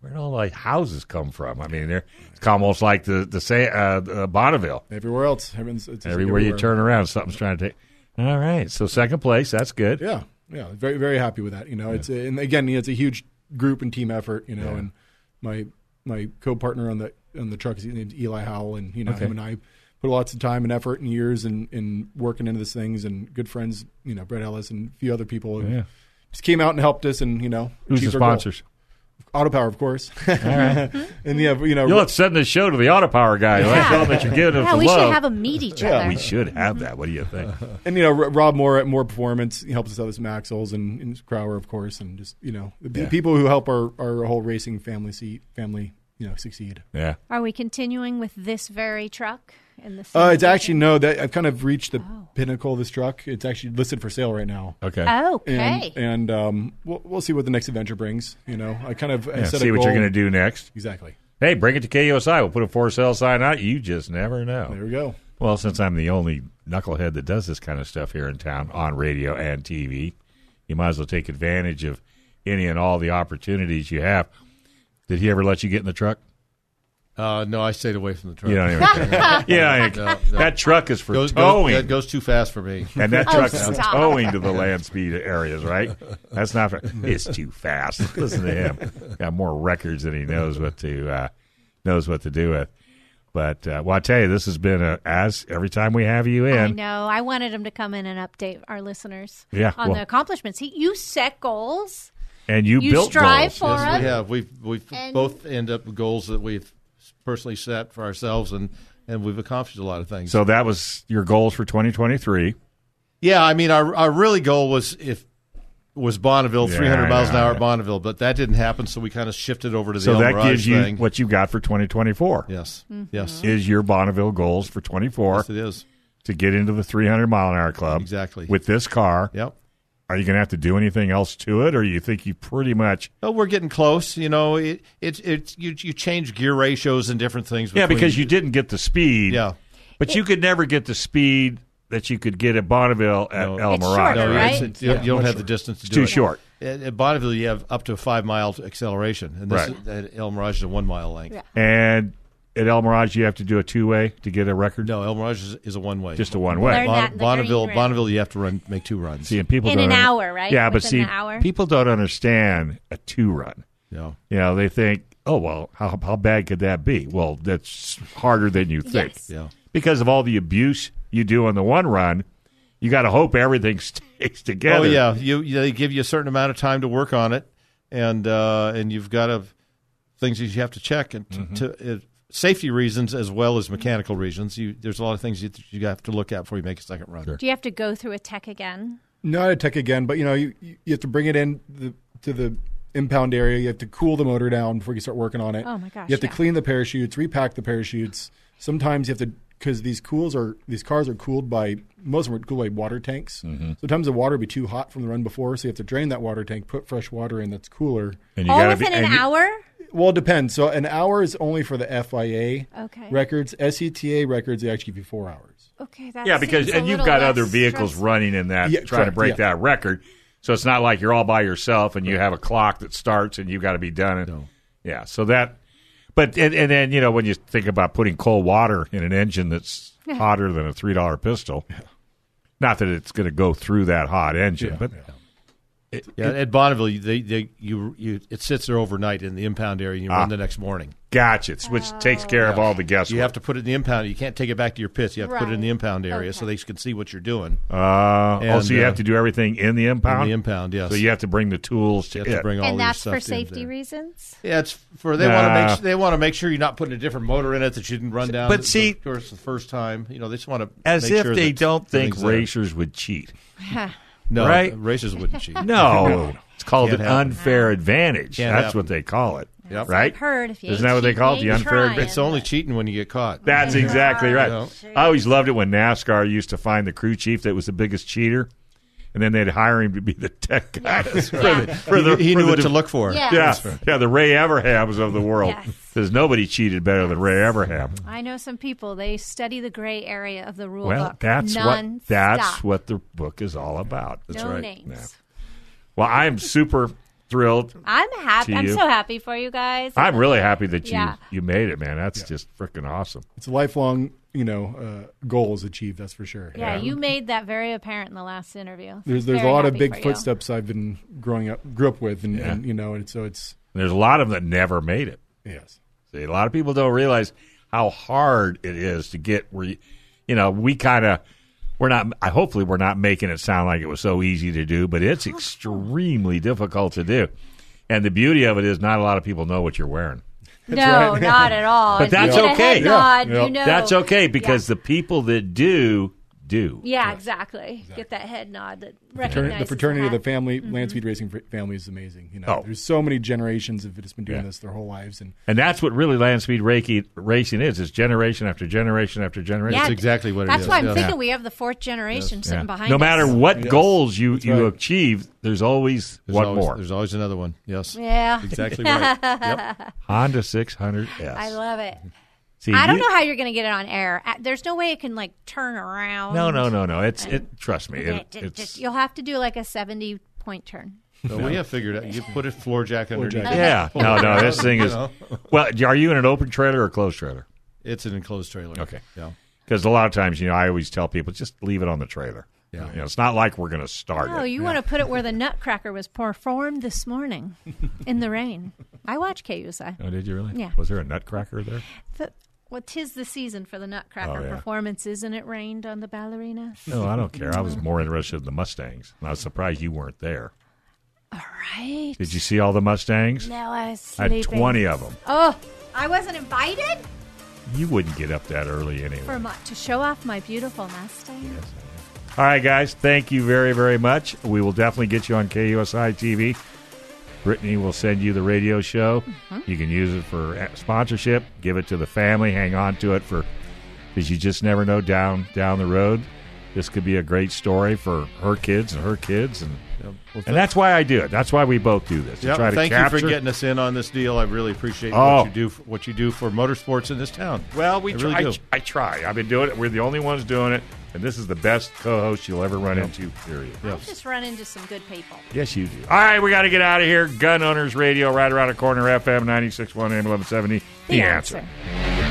S5: where did all the houses come from? I mean, they're, it's almost like the the say, uh, uh, Bonneville.
S9: Everywhere else, everyone's it's just
S5: Everywhere, you turn around, something's trying to take. All right, so second place, that's good.
S9: Yeah, yeah. Very very happy with that. You know, it's and again, you know, it's a huge group and team effort. You know,
S5: Yeah.
S9: and my my co partner on the on the truck is named Eli Howell, and you know
S5: Okay.
S9: him and I put lots of time and effort and years in in working into these things, and good friends. You know, Brett Ellis and a few other people. who
S5: Yeah.
S9: Just came out and helped us, and you know,
S5: Who's the
S9: achieved our goal.
S5: sponsors?
S9: Auto Power, of course.
S5: right.
S9: and yeah, you know,
S5: You'll have to send this show to the Auto Power guy. Let's tell him that you're giving him
S6: Yeah,
S5: some
S6: we
S5: love.
S6: should have them meet each
S9: Yeah.
S6: other.
S5: We should have that. What do you think?
S9: and you know R- Rob Moore at Moore Performance he helps us out with some axles and, and Crower, of course, and just you know the p-
S5: Yeah.
S9: people who help our, our whole racing family see family you know succeed.
S5: Yeah.
S6: Are we continuing with this very truck in the
S9: Uh,
S6: same-
S9: it's actually no that I've kind of reached the pinnacle of this truck. It's actually listed for sale right now.
S5: Okay.
S6: Okay.
S9: And, and um, we'll, we'll see what the next adventure brings. You know, I kind of I
S5: Yeah,
S9: set
S5: see
S9: a
S5: what
S9: goal.
S5: you're going to do next.
S9: Exactly.
S5: Hey, bring it to KUSI. We'll put a for sale sign out. You just never know. There
S9: we go.
S5: Well, since I'm the only knucklehead that does this kind of stuff here in town on radio and TV, you might as well take advantage of any and all the opportunities you have. Did he ever let you get in the truck?
S8: Uh, no, I stayed away from the truck.
S5: You don't even care. You don't even care. That truck is for
S8: goes,
S5: towing.
S8: Goes, that goes too fast for me.
S5: And that truck is towing to the land speed areas, right? That's not fair. It's too fast. Listen to him. Got more records than he knows what to uh, knows what to do with. But uh, well, I tell you, this has been a as every time we have you
S6: I
S5: in.
S6: know. I wanted him to come in and update our listeners
S5: Yeah,
S6: on
S5: well-
S6: the accomplishments. He, you set goals.
S5: And you,
S6: You
S5: built goals.
S6: strive for
S8: yes,
S6: them.
S8: we have. We've we've
S6: And-
S8: both end up with goals that we've personally set for ourselves, and and we've accomplished a lot of things.
S5: So that was your goals for 2023.
S8: yeah, I mean, our our really goal was if was Bonneville,
S5: Yeah,
S8: three hundred miles an
S5: yeah,
S8: hour
S5: yeah.
S8: at Bonneville, but that didn't happen, so we kind of shifted over to the
S5: So
S8: El
S5: that
S8: Mirage
S5: gives you
S8: thing.
S5: what you got for 2024.
S8: Yes. Mhm.
S6: Mm-hmm.
S8: Yes.
S5: Is your Bonneville goals for 24?
S8: Yes, it is.
S5: To get into the 300 mile an hour club.
S8: Exactly.
S5: With this car.
S8: Yep.
S5: Are you going to have to do anything else to it, or you think you pretty much?
S8: Oh, we're getting close. You know, it it's it's you you change gear ratios and different things.
S5: Yeah,
S8: between-
S5: because you didn't get the speed.
S8: Yeah.
S5: But you could never get the speed that you could get at Bonneville at El
S8: It's
S5: Mirage.
S8: shorter, No, it's- right? it's- you- you don't have the distance to
S5: it's
S8: do
S5: too
S8: it.
S5: short.
S8: At, at Bonneville, you have up to a five mile acceleration, and this at El Mirage is a one mile length.
S5: And at El Mirage, you have to do a two way to get a record.
S8: No, El Mirage is, is a one way.
S5: Just a one way.
S8: Bonneville, Bonneville, you have to run make two runs.
S5: See, and people
S6: In
S5: don't
S6: an
S5: under-
S6: hour, right?
S5: Yeah, but
S6: Within
S5: see,
S6: the hour?
S5: people don't understand a two run.
S8: No.
S5: You know, they think oh well, how how bad could that be? Well, that's harder than you think.
S8: Yes. Yeah.
S5: Because of all the abuse you do on the one run, you got to hope everything stays together.
S8: Oh yeah, you, you- they give you a certain amount of time to work on it, and uh, and you've got to things that you have to check and t- to uh, safety reasons as well as mechanical reasons. You there's a lot of things you you have to look at before you make a second run.
S6: Do you have to go through a tech again?
S9: Not a tech again, but you know, you, you have to bring it in the, to the impound area. You have to cool the motor down before you start working on it.
S6: Oh my gosh,
S9: You have to
S6: yeah.
S9: clean the parachutes, repack the parachutes. Sometimes you have to because these cools are these cars are cooled by most of them are cooled by water tanks.
S5: Mhm.
S9: Sometimes the water will be too hot from the run before, so you have to drain that water tank, put fresh water in that's cooler.
S5: And
S6: All within an hour?
S9: Well, it depends. So an hour is only for the FIA
S6: Okay.
S9: records. SETA records they actually give you four hours.
S6: Okay, that
S5: yeah, because
S6: seems a
S5: and you've
S6: little
S5: got
S6: less
S5: other vehicles
S6: stressful.
S5: running in that
S9: Yeah,
S5: trying to
S9: correct,
S5: break
S9: yeah.
S5: that record. So it's not like you're all by yourself and you have a clock that starts and you've got to be done. And, Yeah, so that. But and, and then you know when you think about putting cold water in an engine that's
S6: Yeah.
S5: hotter than a three dollar pistol, not that it's going to go through that hot engine, but It,
S8: Yeah, at Bonneville, you- they, they you you it sits there overnight in the impound area. and You
S5: Ah.
S8: run the next morning.
S5: Gotcha, which
S6: Oh.
S5: takes care of all the guesswork.
S8: You have to put it in the impound. You can't take it back to your pits. You have to put it in the impound area so they can see what you're doing.
S5: Uh, oh,
S8: And,
S5: so you
S8: uh,
S5: have to do everything in the impound.
S8: the impound, yes.
S5: Uh-huh. So you have to bring the tools to
S8: You have to
S5: it.
S8: bring all
S6: And
S8: these
S6: that's for
S8: stuff in
S6: safety reasons?
S8: Yeah, it's for they want to
S5: Nah.
S8: make they want to make sure you're not putting a different motor in it that you didn't run down.
S5: But
S8: the,
S5: see-
S8: the, course, the first time, you know, they just want to
S5: As
S8: make
S5: if
S8: sure
S5: they
S8: that
S5: don't think
S8: everything's there.
S5: racers would cheat.
S8: No,
S5: right?
S8: racers wouldn't cheat.
S5: No, it's called
S8: Can't
S5: an
S8: happen.
S5: unfair advantage.
S8: Can't
S5: That's
S8: happen.
S5: what they call it.
S8: Yep.
S5: Right?
S8: I've heard. If you
S5: Isn't
S8: ain't
S5: that what they
S8: cheating,
S5: call it? The
S8: you ain't
S5: unfair
S8: trying.
S5: advantage.
S8: It's only cheating when you get caught.
S5: That's
S8: Yeah.
S5: exactly right.
S8: You know?
S5: I always loved it when NASCAR used to find the crew chief that was the biggest cheater. And then they'd hire him to be the tech guy.
S8: That's
S5: For
S8: right.
S5: the- for the-
S8: He- he
S5: for
S8: knew
S5: the
S8: what
S5: de-
S8: to look for.
S6: Yes.
S5: Yeah,
S6: That's right.
S5: yeah, the Ray Everhams of the world.
S6: Yes.
S5: Because nobody cheated better than Ray Everham.
S6: I know some people, they study the gray area of the rule
S5: Well,
S6: book.
S5: that's
S6: Oh,
S5: what
S6: Non-stop.
S5: that's what the book is all about.
S6: That's No right. names.
S5: Well, I am super thrilled.
S6: I'm happy.
S5: To
S6: I'm
S5: you.
S6: so happy for you guys.
S5: I'm really happy that you
S6: Yeah.
S5: you made it, man. That's just freaking awesome.
S9: it's a lifelong you know uh, goal is achieved that's for sure
S6: Yeah, you made that very apparent in the last interview.
S9: there's there's
S6: Very
S9: a lot of
S6: happy for
S9: big
S6: you.
S9: footsteps i've been growing up grew up with and,
S5: Yeah.
S9: and you know and so it's
S5: There's a lot of them that never made it.
S9: Yes.
S5: See, a lot of people don't realize how hard it is to get where you, you know, we kind of we're not I hopefully we're not making it sound like it was so easy to do, but it's extremely difficult to do. And the beauty of it is not a lot of people know what you're wearing.
S6: No, not at all.
S5: But
S6: If
S5: that's
S6: you get a
S5: okay.
S6: head nod, you know.
S5: That's okay because the people that do do.
S6: Yeah, exactly. Get that head nod that
S9: frater-
S6: recognizes
S9: the fraternity the
S6: that.
S9: family
S6: Mhm.
S9: land speed racing fr- family is amazing you know
S5: Oh.
S9: there's so many generations of it has been doing
S5: Yeah.
S9: this their whole lives and
S5: And that's what really land speed reiki, racing is. It's generation after generation after generation.
S6: Yeah, That's why I'm thinking we have the fourth generation sitting
S5: Yeah.
S6: behind
S5: No
S6: us.
S5: matter what
S8: Yes.
S5: goals you,
S8: That's
S5: you
S8: right.
S5: achieve, there's always
S8: There's
S5: one
S8: always-
S5: more.
S8: There's always another one. Yes.
S6: Yeah.
S8: Exactly right. Yep.
S5: Honda 600S.
S6: I love it.
S5: See,
S6: I don't
S5: you-
S6: know how you're going to get it on air. Uh, There's no way it can like turn around.
S5: No, no, no, no. It's it. Trust me,
S6: Yeah,
S5: it,
S6: ju-
S5: it's
S6: ju- You'll have to do like a 70 point turn.
S8: So we have figured out. You put a floor jack
S5: yeah.
S8: underneath. it.
S5: No, no. This thing
S8: You
S5: is.
S8: know?
S5: Well, are you in an open trailer or closed trailer?
S8: It's an enclosed trailer. Okay. Yeah.
S5: Because a lot of times, you know, I always tell people just leave it on the trailer. Yeah. You know, it's not like we're going to start
S6: No,
S5: it.
S6: Oh, you want to put it where the Nutcracker was performed this morning in the rain. I watch KUSI.
S5: Oh, did you really?
S6: Yeah.
S5: Was there a nutcracker there?
S6: The, well, tis the season for the Nutcracker
S5: Oh, yeah.
S6: performances, and it rained on the ballerina.
S5: No, I don't care. I was more interested in the Mustangs. And I was surprised you weren't there.
S6: Right?
S5: Did you see all the Mustangs?
S6: No, I was
S5: I had
S6: sleeping.
S5: 20 of 'em.
S6: Oh, I wasn't invited
S5: You wouldn't get up that early anyway.
S6: for my, to show off my beautiful Mustang.
S5: All right, guys. Thank you very, very much. We will definitely get you on KUSI TV. Brittany will send you the radio show. You can use it for uh, sponsorship. Give it to the family. Hang on to it for because you just never know down down the road. This could be a great story for her kids and her kids, and and that's why I do it. That's why we both do this. to
S8: Yep.
S5: try to
S8: Thank
S5: capture.
S8: you for getting us in on this deal. I really appreciate
S5: Oh.
S8: what you do. For, what you do for motorsports in this town.
S5: Well, we
S8: I
S5: try.
S8: really do.
S5: I, try. I've been doing it. We're the only ones doing it, and this is the best co-host you'll ever run
S8: Yep.
S5: into. Period.
S6: Just run into some good people.
S5: Yes, you do. All right, we got to get out of here. Gun Owners Radio, right around the corner, FM 96.1 AM 1170. The, answer.
S1: Three